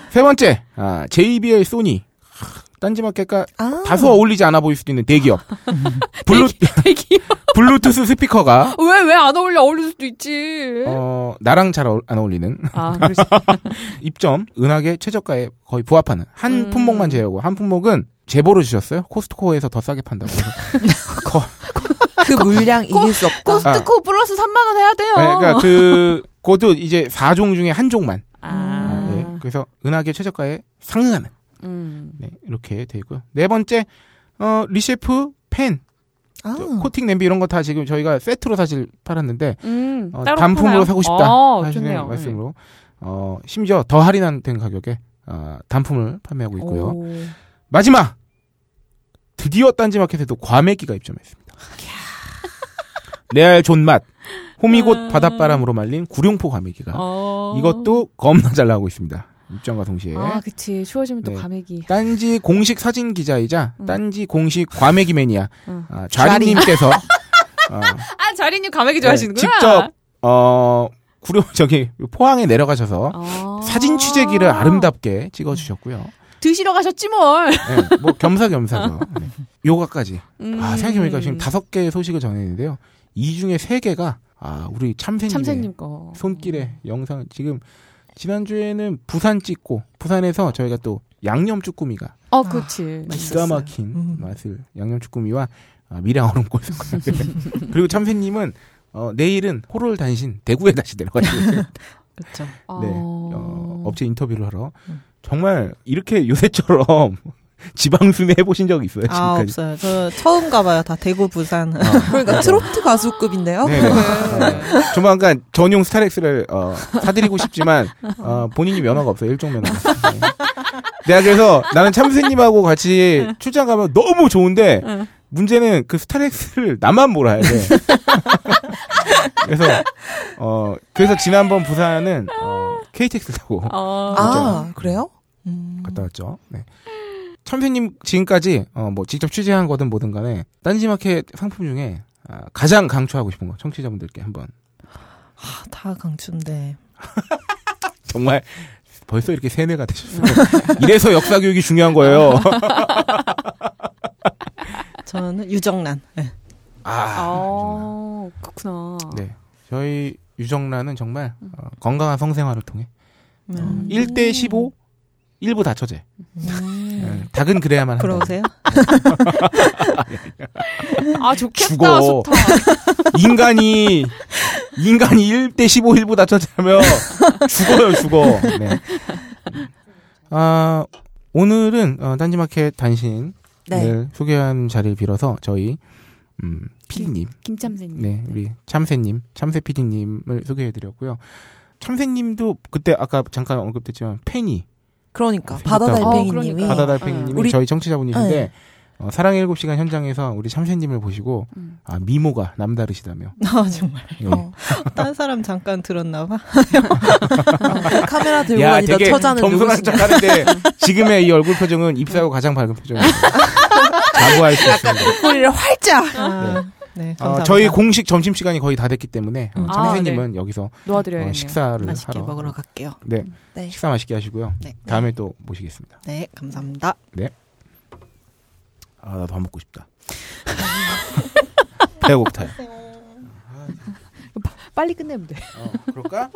Speaker 2: 세 번째 아, JBL 소니 하, 딴지마켓과
Speaker 3: 아.
Speaker 2: 다소 어울리지 않아 보일 수도 있는 대기업 블루,
Speaker 1: 음. 대기.
Speaker 2: 블루투스 스피커가
Speaker 1: 왜왜 안 어울려 어울릴 수도 있지.
Speaker 2: 어, 나랑 잘 안 어울리는
Speaker 1: 아 그렇죠.
Speaker 2: 입점 은하계 최저가에 거의 부합하는 한
Speaker 1: 음.
Speaker 2: 품목만 제외하고 한 품목은 제보로 주셨어요. 코스트코에서 더 싸게 판다고. 해서. 거-
Speaker 3: 그 물량 이길 수 없다.
Speaker 1: 코스트코 플러스 3만 원 해야 돼요.
Speaker 2: 네, 그러니까 그 그것도 이제 4종 중에 한 종만.
Speaker 1: 아.
Speaker 2: 아, 예. 그래서 은하계 최저가에 상응하는
Speaker 1: 음.
Speaker 2: 네, 이렇게 돼 있고요. 네 번째 어, 리셰프 펜
Speaker 3: 아.
Speaker 1: 어.
Speaker 2: 저 코팅 냄비 이런 거 다 지금 저희가 세트로 사실 팔았는데
Speaker 1: 음.
Speaker 2: 어,
Speaker 1: 따로
Speaker 2: 단품으로
Speaker 1: 팔아요?
Speaker 2: 사고 싶다
Speaker 1: 어,
Speaker 2: 하시는
Speaker 1: 좋네요.
Speaker 2: 말씀으로 어, 심지어 더 할인된 가격에 어, 단품을 판매하고 있고요.
Speaker 1: 오.
Speaker 2: 마지막 드디어 딴지마켓에도 과메기가 입점했습니다. 레알 존맛 호미곶
Speaker 1: 음.
Speaker 2: 바닷바람으로 말린 구룡포 과메기가
Speaker 1: 어.
Speaker 2: 이것도 겁나 잘 나오고 있습니다. 입점과 동시에
Speaker 1: 아, 그치. 추워지면 또
Speaker 2: 네.
Speaker 1: 과메기.
Speaker 2: 딴지 공식 사진 기자이자
Speaker 1: 음.
Speaker 2: 딴지 공식 과메기 매니아
Speaker 1: 음.
Speaker 2: 아, 좌리님께서 어,
Speaker 1: 아, 자리님 과메기
Speaker 2: 네,
Speaker 1: 좋아하시는구나.
Speaker 2: 직접 어, 구룡 저기 포항에 내려가셔서
Speaker 1: 아.
Speaker 2: 사진 취재기를 아름답게 찍어주셨고요.
Speaker 1: 드시러 가셨지 뭘.
Speaker 2: 네, 뭐 겸사겸사죠. 네. 요가까지.
Speaker 1: 음.
Speaker 2: 아, 생각해보니까 지금 다섯 개의 소식을 전했는데요. 이 중에 세 개가, 아, 우리 참새님.
Speaker 1: 음. 참새님 거.
Speaker 2: 손길에 영상, 지금, 지난주에는 부산 찍고, 부산에서 저희가 또 양념 쭈꾸미가
Speaker 1: 어, 그치.
Speaker 2: 기가 막힌
Speaker 8: 음.
Speaker 2: 맛을, 양념 쭈꾸미와 아, 미량 얼음골. 그리고 참새님은, 어, 내일은 호롤 단신, 대구에 다시 내려가시고, 있어요.
Speaker 8: 그렇죠.
Speaker 1: 아.
Speaker 2: 네. 어, 업체 인터뷰를 하러. 정말 이렇게 요새처럼 지방순회 해보신 적 있어요, 지금까지?
Speaker 8: 아 없어요. 저 처음 가봐요. 다 대구 부산.
Speaker 2: 아,
Speaker 3: 그러니까 트로트 가수급인데요.
Speaker 2: 네. 어, 조만간 전용 스타렉스를 어, 사드리고 싶지만 어, 본인이 면허가 없어요. 일종 면허. 네. 내가 그래서 나는 참새님하고 같이 출장 가면 너무 좋은데 문제는 그 스타렉스를 나만 몰아야 돼. 그래서 어 그래서 지난번 부산은 어, KTX 타고
Speaker 1: 어.
Speaker 3: 아, 그래요?
Speaker 2: 갔다 왔죠. 네. 참새님 지금까지 어, 뭐 직접 취재한 거든 뭐든 간에 딴지마켓 상품 중에 아, 가장 강추하고 싶은 거 청취자분들께 한번
Speaker 8: 아, 다 강추인데.
Speaker 2: 정말 벌써 이렇게 세뇌가 되셨어요. 이래서 역사 교육이 중요한 거예요.
Speaker 8: 저는 유정란. 네.
Speaker 2: 아,
Speaker 1: 아, 그렇구나.
Speaker 2: 네. 저희 유정란은 정말 어, 건강한 성생활을 통해 어,
Speaker 8: 음,
Speaker 2: 1대 15 일부 다처제. 네, 닭은 그래야만 한다.
Speaker 8: 그러세요?
Speaker 1: 아, 좋겠다.
Speaker 2: 죽어.
Speaker 1: 좋다.
Speaker 2: 인간이 인간이 1대 15 일부 다처제하면 죽어요, 죽어. 네. 아, 오늘은 어, 딴지마켓 단신을
Speaker 3: 네.
Speaker 2: 소개한 자리를 빌어서 저희 음, 피디님
Speaker 1: 김참새님.
Speaker 2: 네, 우리 참새님, 참새 PD님을 소개해드렸고요. 참새님도 그때 아까 잠깐 언급됐지만 팬이
Speaker 3: 그러니까
Speaker 2: 아,
Speaker 3: 바다달팽이님이
Speaker 1: 어, 그러니까.
Speaker 2: 바다달팽이님이
Speaker 3: 네. 우리-
Speaker 2: 저희 청취자분이신데
Speaker 3: 네.
Speaker 2: 어, 사랑의 일곱 시간 현장에서 우리 참새님을 보시고
Speaker 1: 음.
Speaker 2: 아 미모가 남다르시다며
Speaker 8: 아 정말.
Speaker 2: 예.
Speaker 3: 어,
Speaker 8: 딴 사람 잠깐 들었나 봐.
Speaker 3: 어, 카메라 들고 다니다 처자는
Speaker 2: 겸손한
Speaker 3: 누구신가?
Speaker 2: 척하는데 지금의 이 얼굴 표정은 입사하고 가장 밝은 표정이에요. 자부할 수 있습니다.
Speaker 3: 꼬리를 활짝
Speaker 8: 아, 네. 감사합니다.
Speaker 2: 어, 저희 공식 점심 시간이 거의 다 됐기 때문에 어,
Speaker 8: 음.
Speaker 2: 참새님은 여기서
Speaker 1: 놓아드려야겠네요.
Speaker 2: 어, 식사를
Speaker 8: 맛있게
Speaker 2: 하러
Speaker 8: 먹으러 갈게요.
Speaker 2: 네,
Speaker 3: 네.
Speaker 2: 식사 맛있게 하시고요.
Speaker 8: 네.
Speaker 2: 다음에 또 모시겠습니다.
Speaker 8: 네, 감사합니다.
Speaker 2: 아, 나도 밥 먹고 싶다. 배고프다.
Speaker 8: 아,
Speaker 1: 빨리 끝내면 돼.
Speaker 2: 어, 그럴까?